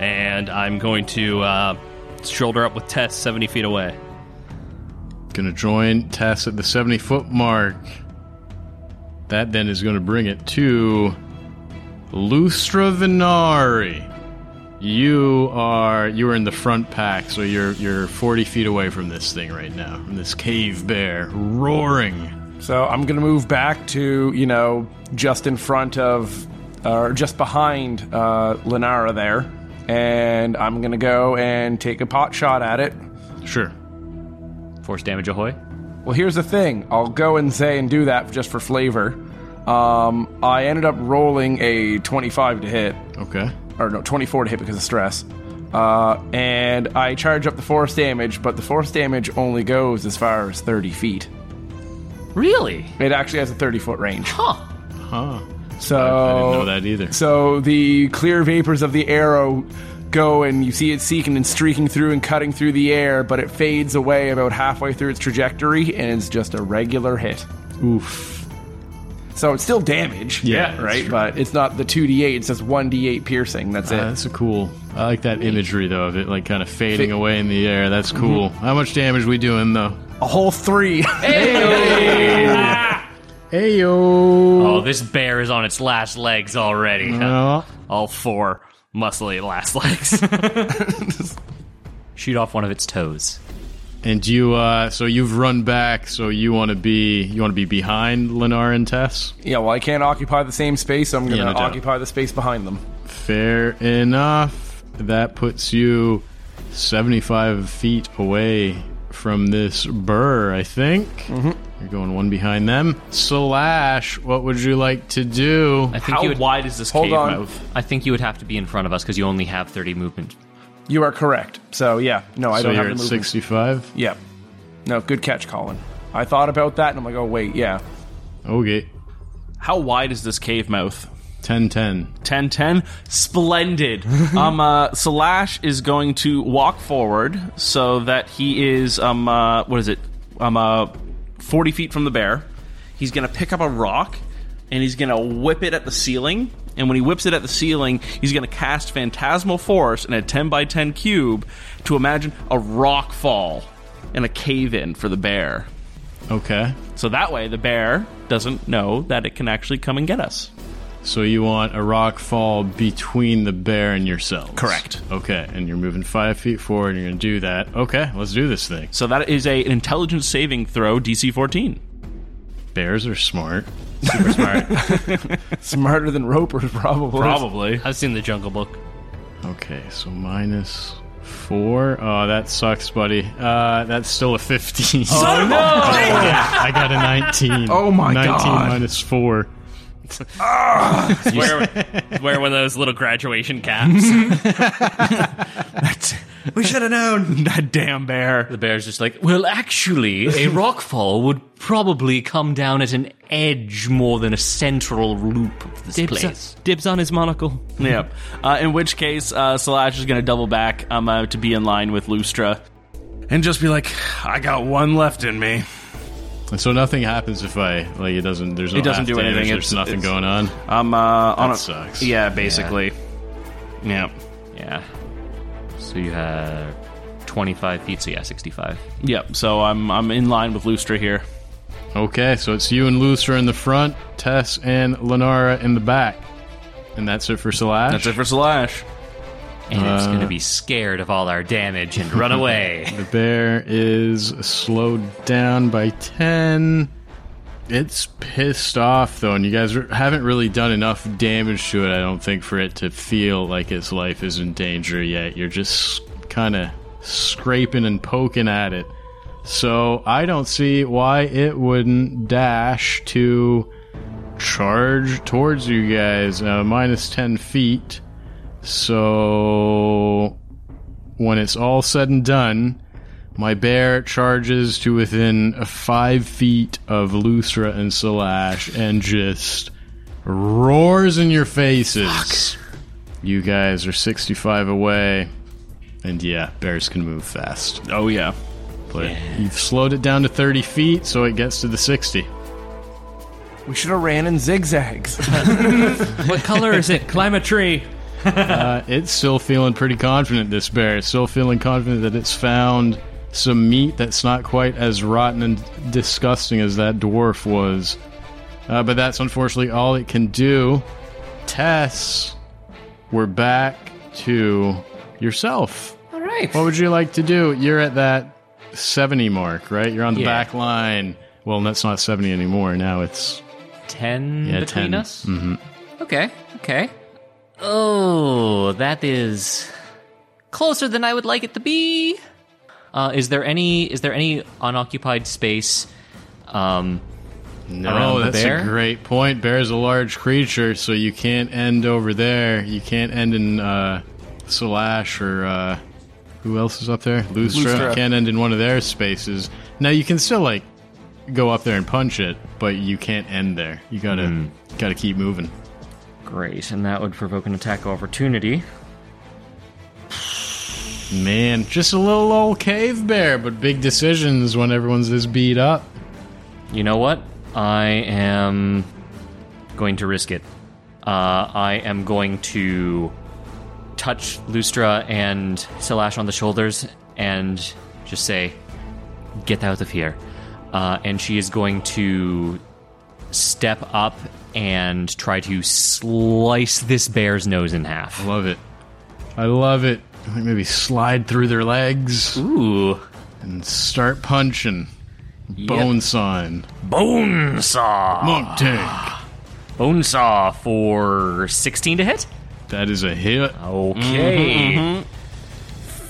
[SPEAKER 4] And I'm going to uh, shoulder up with Tess 70 feet away.
[SPEAKER 1] Gonna join Tess at the 70 foot mark. That then is gonna bring it to Lustra Venari. You are you are in the front pack, so you're you're 40 feet away from this thing right now, from this cave bear roaring.
[SPEAKER 5] So I'm going to move back to, you know, just in front of, uh, or just behind uh, Lenara there. And I'm going to go and take a pot shot at it.
[SPEAKER 1] Sure.
[SPEAKER 2] Force damage ahoy.
[SPEAKER 5] Well, here's the thing. I'll go and say and do that just for flavor. Um, I ended up rolling a 25 to hit,
[SPEAKER 1] Okay.
[SPEAKER 5] or no, 24 to hit because of stress. Uh, and I charge up the force damage, but the force damage only goes as far as 30 feet.
[SPEAKER 2] Really?
[SPEAKER 5] It actually has a 30 foot range.
[SPEAKER 2] Huh.
[SPEAKER 1] Huh. Oh.
[SPEAKER 5] So
[SPEAKER 1] I didn't know that either.
[SPEAKER 5] So the clear vapors of the arrow go, and you see it seeking and streaking through and cutting through the air, but it fades away about halfway through its trajectory, and it's just a regular hit.
[SPEAKER 1] Oof.
[SPEAKER 5] So it's still damage.
[SPEAKER 1] Yeah, that's
[SPEAKER 5] right? But it's not the 2d8, it's just 1d8 piercing. That's
[SPEAKER 1] Uh,
[SPEAKER 5] it.
[SPEAKER 1] that's a cool. I like that imagery though of it like kind of fading away in the air. That's cool. How much damage we doing though?
[SPEAKER 5] A whole three.
[SPEAKER 1] Heyo.
[SPEAKER 2] Oh, this bear is on its last legs already.
[SPEAKER 1] Uh,
[SPEAKER 2] All four muscly last legs. Shoot off one of its toes.
[SPEAKER 1] and you uh so you've run back, so you want to be you want to be behind Lenar and Tess?
[SPEAKER 5] yeah, well, I can't occupy the same space, so I'm going
[SPEAKER 1] Yeah,
[SPEAKER 5] to
[SPEAKER 1] no doubt.
[SPEAKER 5] occupy the space behind them.
[SPEAKER 1] Fair enough. That puts you 75 feet away from this burr, I think.
[SPEAKER 5] Mm-hmm.
[SPEAKER 1] You're going one behind them. Slash, what would you like to do?
[SPEAKER 2] I think
[SPEAKER 3] How
[SPEAKER 2] you would,
[SPEAKER 3] wide is this
[SPEAKER 5] Hold
[SPEAKER 3] cave
[SPEAKER 5] on.
[SPEAKER 3] mouth?
[SPEAKER 2] I think you would have to be in front of us because you only have 30 movement.
[SPEAKER 5] You are correct. So, yeah, no, I
[SPEAKER 1] so
[SPEAKER 5] don't
[SPEAKER 1] you're
[SPEAKER 5] have the
[SPEAKER 1] at
[SPEAKER 5] movement.
[SPEAKER 1] 65.
[SPEAKER 5] Yeah. No, good catch, Colin. I thought about that, and I'm like, oh, wait, yeah.
[SPEAKER 1] Okay.
[SPEAKER 3] How wide is this cave mouth?
[SPEAKER 1] 10 10.
[SPEAKER 3] 10 10 splendid um uh slash is going to walk forward so that he is um uh what is it um uh 40 feet from the bear he's gonna pick up a rock and he's gonna whip it at the ceiling and when he whips it at the ceiling he's gonna cast phantasmal force in a 10 by 10 cube to imagine a rock fall and a cave in for the bear
[SPEAKER 1] Okay.
[SPEAKER 3] so that way the bear doesn't know that it can actually come and get us
[SPEAKER 1] So you want a rock fall between the bear and yourselves.
[SPEAKER 3] Correct.
[SPEAKER 1] Okay. And you're moving five feet forward. You're going to do that. Okay. Let's do this thing.
[SPEAKER 3] so that is a an intelligence saving throw dc 14
[SPEAKER 1] Bears are smart.
[SPEAKER 5] Smarter than Roper's, probably.
[SPEAKER 3] Probably.
[SPEAKER 4] I've seen the Jungle Book.
[SPEAKER 1] Okay, so minus four. Oh, that sucks, buddy. Uh, that's still a 15. Oh, no! I got a 19.
[SPEAKER 5] Oh, my
[SPEAKER 1] 19
[SPEAKER 5] God.
[SPEAKER 1] minus four.
[SPEAKER 4] Wear, wear one of those little graduation caps.
[SPEAKER 3] We should have known. that damn bear.
[SPEAKER 2] The bear's just like, well, actually, a rockfall would probably come down at an edge more than a central loop of this place.
[SPEAKER 4] dibs on his monocle.
[SPEAKER 3] yep. Uh, in which case, uh, Slash is going to double back um, uh, to be in line with Lustra. And just be like, I got one left in me.
[SPEAKER 1] And so nothing happens if I, like, it doesn't, there's no
[SPEAKER 3] It doesn't
[SPEAKER 1] half
[SPEAKER 3] do
[SPEAKER 1] damage,
[SPEAKER 3] anything,
[SPEAKER 1] There's
[SPEAKER 3] it's-
[SPEAKER 1] nothing
[SPEAKER 3] it's-
[SPEAKER 1] going on.
[SPEAKER 3] Um, uh, on
[SPEAKER 1] That
[SPEAKER 3] a-
[SPEAKER 1] sucks.
[SPEAKER 3] Yeah, basically. Yeah.
[SPEAKER 2] Yeah. So you have 25 feet, so yeah, 65.
[SPEAKER 3] Yep. So I'm I'm in line with Lustra here.
[SPEAKER 1] Okay, so it's you and Lucer in the front, Tess and Lenara in the back. And that's it for Slash?
[SPEAKER 3] That's it for Slash.
[SPEAKER 2] And it's going to be scared of all our damage and run away.
[SPEAKER 1] The bear is slowed down by 10. It's pissed off, though, and you guys r- haven't really done enough damage to it, I don't think, for it to feel like its life is in danger yet. You're just kind of scraping and poking at it. So I don't see why it wouldn't dash to charge towards you guys, uh, minus 10 feet. So when it's all said and done, my bear charges to within five feet of Lusra and Salash and just roars in your faces. You guys are 65 away. And yeah, bears can move fast.
[SPEAKER 3] Oh, yeah.
[SPEAKER 1] But you've slowed it down to 30 feet, so it gets to the 60.
[SPEAKER 5] We should have ran in zigzags.
[SPEAKER 4] What color is it? Climb a tree.
[SPEAKER 1] Uh, It's still feeling pretty confident, this bear. It's still feeling confident that it's found some meat that's not quite as rotten and disgusting as that dwarf was. Uh, but that's unfortunately all it can do. Tess, we're back to yourself.
[SPEAKER 10] All right.
[SPEAKER 1] What would you like to do? You're at that 70 mark, right? You're on the
[SPEAKER 2] Yeah.
[SPEAKER 1] back line. Well, that's not 70 anymore. Now it's
[SPEAKER 2] 10
[SPEAKER 1] Yeah,
[SPEAKER 2] between
[SPEAKER 1] 10.
[SPEAKER 2] us?
[SPEAKER 10] Okay. Okay.
[SPEAKER 2] Oh, that is closer than I would like it to be. Uh, is there any is there any unoccupied space? Um, around
[SPEAKER 1] No,
[SPEAKER 2] the
[SPEAKER 1] Oh, that's
[SPEAKER 2] bear?
[SPEAKER 1] a great point. Bear is a large creature, so you can't end over there. You can't end in uh, Slash or uh, who else is up there? Lustra.
[SPEAKER 5] Lustra.
[SPEAKER 1] You can't end in one of their spaces. Now you can still like go up there and punch it, but you can't end there. You gotta gotta keep moving.
[SPEAKER 2] great, and that would provoke an attack of opportunity.
[SPEAKER 1] Man, just a little old cave bear, but big decisions when everyone's this beat up.
[SPEAKER 2] You know what? I am
[SPEAKER 10] going to risk it. Uh, I am going to touch Lustra and Silash on the shoulders and just say, "Get out of here." Uh, and she is going to step up and try to slice this bear's nose in half.
[SPEAKER 1] Love it. I love it. I think Maybe slide through their legs
[SPEAKER 10] Ooh,
[SPEAKER 1] and start punching. Bone sign.
[SPEAKER 10] bone saw,
[SPEAKER 1] Monk tank.
[SPEAKER 10] bone saw for sixteen to hit.
[SPEAKER 1] That is a hit.
[SPEAKER 10] Okay.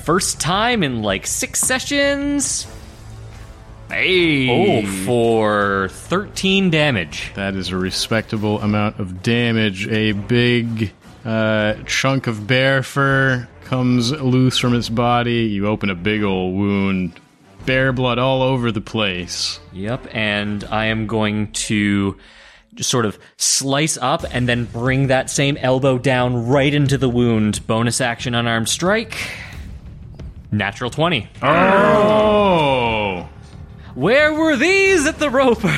[SPEAKER 10] First time in like six sessions. Hey. Oh, for 13 damage.
[SPEAKER 1] That is a respectable amount of damage. A big uh, chunk of bear fur comes loose from its body. You open a big old wound. Bear blood all over the place.
[SPEAKER 10] Yep. And I am going to just sort of slice up and then bring that same elbow down right into the wound. Bonus action unarmed strike. Natural 20.
[SPEAKER 1] Oh!
[SPEAKER 10] Where were these at the roper?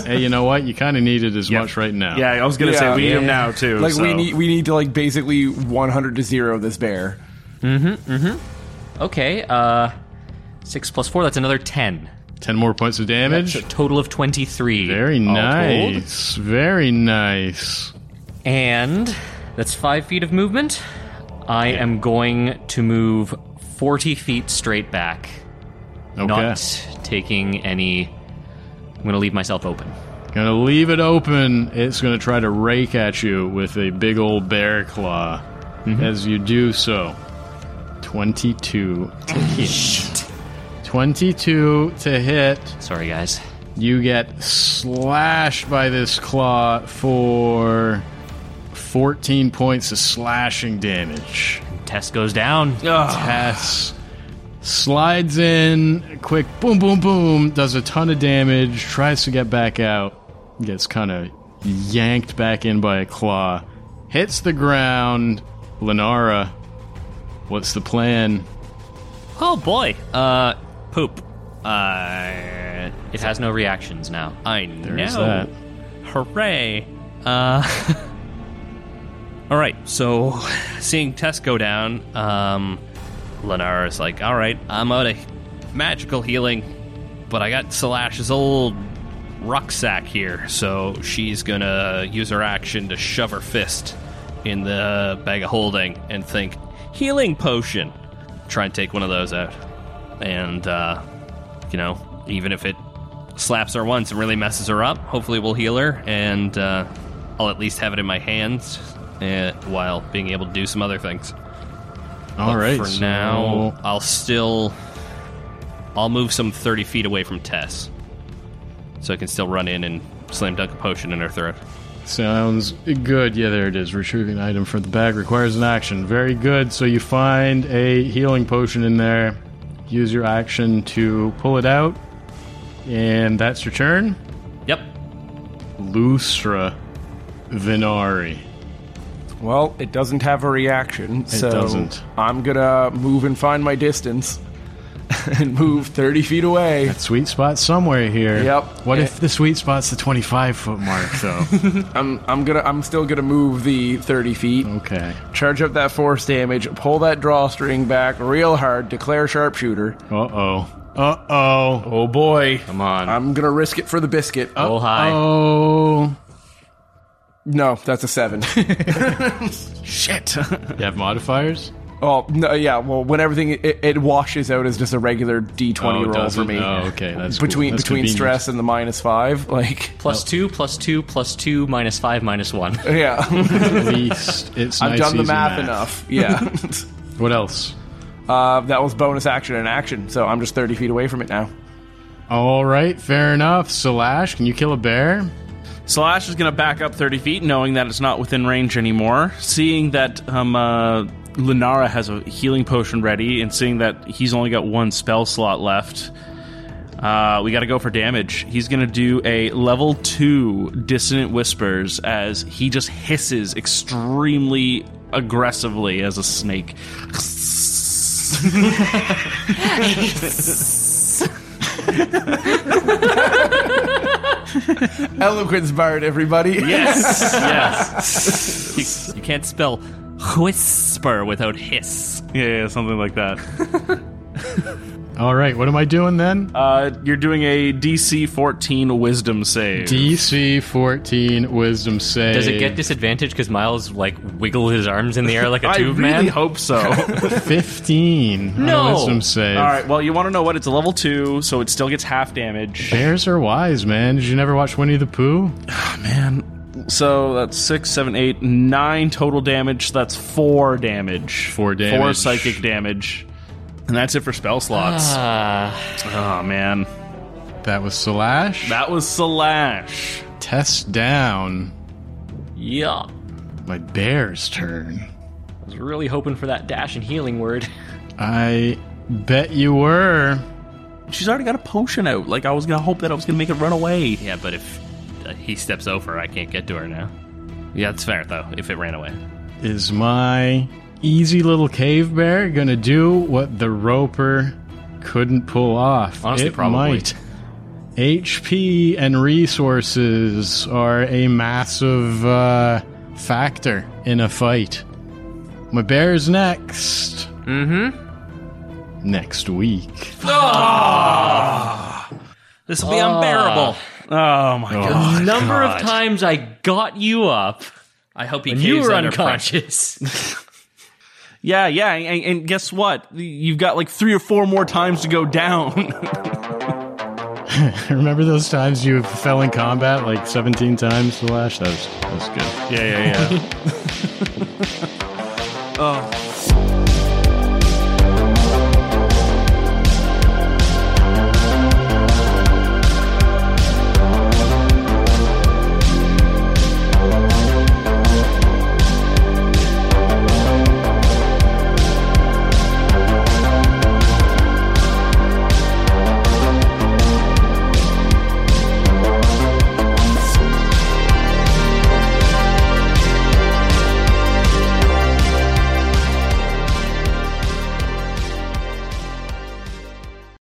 [SPEAKER 1] hey, you know what? You kind of need it as much right now.
[SPEAKER 3] Yeah, I was gonna
[SPEAKER 5] Yeah.
[SPEAKER 3] say we need him
[SPEAKER 5] Yeah.
[SPEAKER 3] now too.
[SPEAKER 5] Like we
[SPEAKER 3] so.
[SPEAKER 5] need we need to like basically 100 to zero this bear.
[SPEAKER 10] Okay. Uh, 6 plus 4, that's another 10.
[SPEAKER 1] 10 more points of damage.
[SPEAKER 10] So total of 23.
[SPEAKER 1] Very
[SPEAKER 10] all told.
[SPEAKER 1] nice. Very nice.
[SPEAKER 10] And that's five feet of movement. I am going to move 40 feet straight back,
[SPEAKER 1] Okay.
[SPEAKER 10] not taking any. I'm going to leave myself open.
[SPEAKER 1] Gonna leave it open. It's gonna try to rake at you with a big old bear claw.
[SPEAKER 10] Mm-hmm.
[SPEAKER 1] As you do so, twenty-two to hit. twenty-two to hit.
[SPEAKER 10] Sorry, guys.
[SPEAKER 1] You get slashed by this claw for fourteen points of slashing damage.
[SPEAKER 10] Test goes down.
[SPEAKER 1] Tess slides in, quick boom, boom, boom, does a ton of damage, tries to get back out, gets kind of yanked back in by a claw, hits the ground. Lenara, what's the plan?
[SPEAKER 4] Oh boy. Uh, poop. Uh,
[SPEAKER 10] It has no reactions now.
[SPEAKER 4] I know.
[SPEAKER 1] is that.
[SPEAKER 4] Hooray. Uh, all right. So, seeing Tess go down, um, Lenara's like, "All right, I'm out of magical healing, but I got Salash's old rucksack here, so she's gonna use her action to shove her fist in the bag of holding and think healing potion. Try and take one of those out, and uh, you know, even if it slaps her once and really messes her up. Hopefully, we'll heal her, and uh, I'll at least have it in my hands uh, while being able to do some other things.
[SPEAKER 1] All right.
[SPEAKER 4] For
[SPEAKER 1] so-
[SPEAKER 4] now, I'll still I'll move some thirty feet away from Tess, so I can still run in and slam dunk a potion in her throat.
[SPEAKER 1] Sounds good. Yeah, there it is. Retrieving an item from the bag requires an action. Very good. So you find a healing potion in there. Use your action to pull it out. And that's your turn.
[SPEAKER 4] Yep.
[SPEAKER 1] Lustra Venari.
[SPEAKER 5] Well, it doesn't have a reaction, so
[SPEAKER 1] doesn't.
[SPEAKER 5] I'm gonna move and find my distance and move 30 feet away.
[SPEAKER 1] Sweet spot somewhere here.
[SPEAKER 5] Yep.
[SPEAKER 1] What
[SPEAKER 5] Eh.
[SPEAKER 1] if the sweet spot's the 25 foot mark, though?
[SPEAKER 5] I'm I'm gonna I'm still gonna move the 30 feet.
[SPEAKER 1] okay.
[SPEAKER 5] Charge up that force damage. Pull that drawstring back real hard. Declare sharpshooter.
[SPEAKER 1] Uh oh. Uh oh.
[SPEAKER 3] Oh boy.
[SPEAKER 10] Come on.
[SPEAKER 5] I'm gonna risk it for the biscuit.
[SPEAKER 10] Roll high.
[SPEAKER 1] Uh, Oh.
[SPEAKER 5] No, that's a seven.
[SPEAKER 1] Shit. you have modifiers?
[SPEAKER 5] oh no, yeah. Well, when everything it, it washes out as just a regular D20
[SPEAKER 1] Oh, it
[SPEAKER 5] roll for
[SPEAKER 1] doesn't?
[SPEAKER 5] me.
[SPEAKER 1] Oh, okay. That's cool.
[SPEAKER 5] between
[SPEAKER 1] That's
[SPEAKER 5] between
[SPEAKER 1] convenient.
[SPEAKER 5] stress and the minus five, like
[SPEAKER 10] Plus two, plus two, plus two, minus five, minus one.
[SPEAKER 5] yeah.
[SPEAKER 1] At least it's
[SPEAKER 5] I've
[SPEAKER 1] nice,
[SPEAKER 5] done the
[SPEAKER 1] easy
[SPEAKER 5] math, enough. Yeah.
[SPEAKER 1] What else?
[SPEAKER 5] uh, that was bonus action and action, so I'm just 30 feet away from it now.
[SPEAKER 1] All right. Fair enough. Salash, can you kill a bear?
[SPEAKER 3] Slash is going to back up 30 feet, knowing that it's not within range anymore. Seeing that um, uh, Lunara has a healing potion ready, and seeing that he's only got one spell slot left, uh, we got to go for damage. He's going to do a level 2 Dissonant Whispers as he just hisses extremely aggressively as a snake.
[SPEAKER 5] Eloquence Bard, everybody.
[SPEAKER 4] Yes, yes. you, you can't spell whisper without hiss.
[SPEAKER 3] Yeah, yeah, something like that.
[SPEAKER 1] All right, what am I doing then?
[SPEAKER 3] Uh, you're doing a DC 14 Wisdom save.
[SPEAKER 1] DC 14 wisdom save.
[SPEAKER 2] Does it
[SPEAKER 4] Eh.
[SPEAKER 2] get disadvantage because Miles like wiggle his arms in the air like a
[SPEAKER 3] I
[SPEAKER 2] tube
[SPEAKER 3] really
[SPEAKER 2] man?
[SPEAKER 3] hope so.
[SPEAKER 1] 15? on a
[SPEAKER 2] No!
[SPEAKER 1] Wisdom save.
[SPEAKER 3] All right. Well, you want to know what? It's a level two, so it still gets half damage.
[SPEAKER 1] Bears are wise, man. Did you never watch Winnie the Pooh?
[SPEAKER 3] Man. So that's six, seven, eight, nine total damage. That's four damage.
[SPEAKER 1] Four damage.
[SPEAKER 3] Four psychic damage. And that's it for spell slots.
[SPEAKER 1] Ah.
[SPEAKER 2] Uh,
[SPEAKER 3] oh man,
[SPEAKER 1] That was Slash.
[SPEAKER 3] that was Slash.
[SPEAKER 1] Test down.
[SPEAKER 2] yeah.
[SPEAKER 1] My bear's turn.
[SPEAKER 2] I was really hoping for that dash and healing word.
[SPEAKER 1] I bet you were.
[SPEAKER 3] She's already got a potion out. Like I was gonna hope that I was gonna make it run away.
[SPEAKER 4] Yeah, but if uh, he steps over, I can't get to her now. Yeah, that's fair though. If it ran away,
[SPEAKER 1] Is my easy little cave bear gonna do what the roper couldn't pull off?
[SPEAKER 4] Honestly,
[SPEAKER 1] It
[SPEAKER 4] probably.
[SPEAKER 1] might. HP and resources are a massive uh, factor in a fight. My bear's next. Mm
[SPEAKER 4] Mm-hmm.
[SPEAKER 1] hmm. Next week.
[SPEAKER 4] this will be unbearable.
[SPEAKER 2] Ah,
[SPEAKER 3] Oh my god.
[SPEAKER 2] Number of times I got you up
[SPEAKER 4] I hope he
[SPEAKER 2] and
[SPEAKER 4] caves
[SPEAKER 2] you were
[SPEAKER 4] under pressure.
[SPEAKER 2] unconscious.
[SPEAKER 3] Yeah, yeah. And, and guess what? You've got like three or four more times to go down.
[SPEAKER 1] Remember those times you fell in combat like 17 times, Slash? That was, that was good.
[SPEAKER 3] Yeah, yeah, yeah. oh,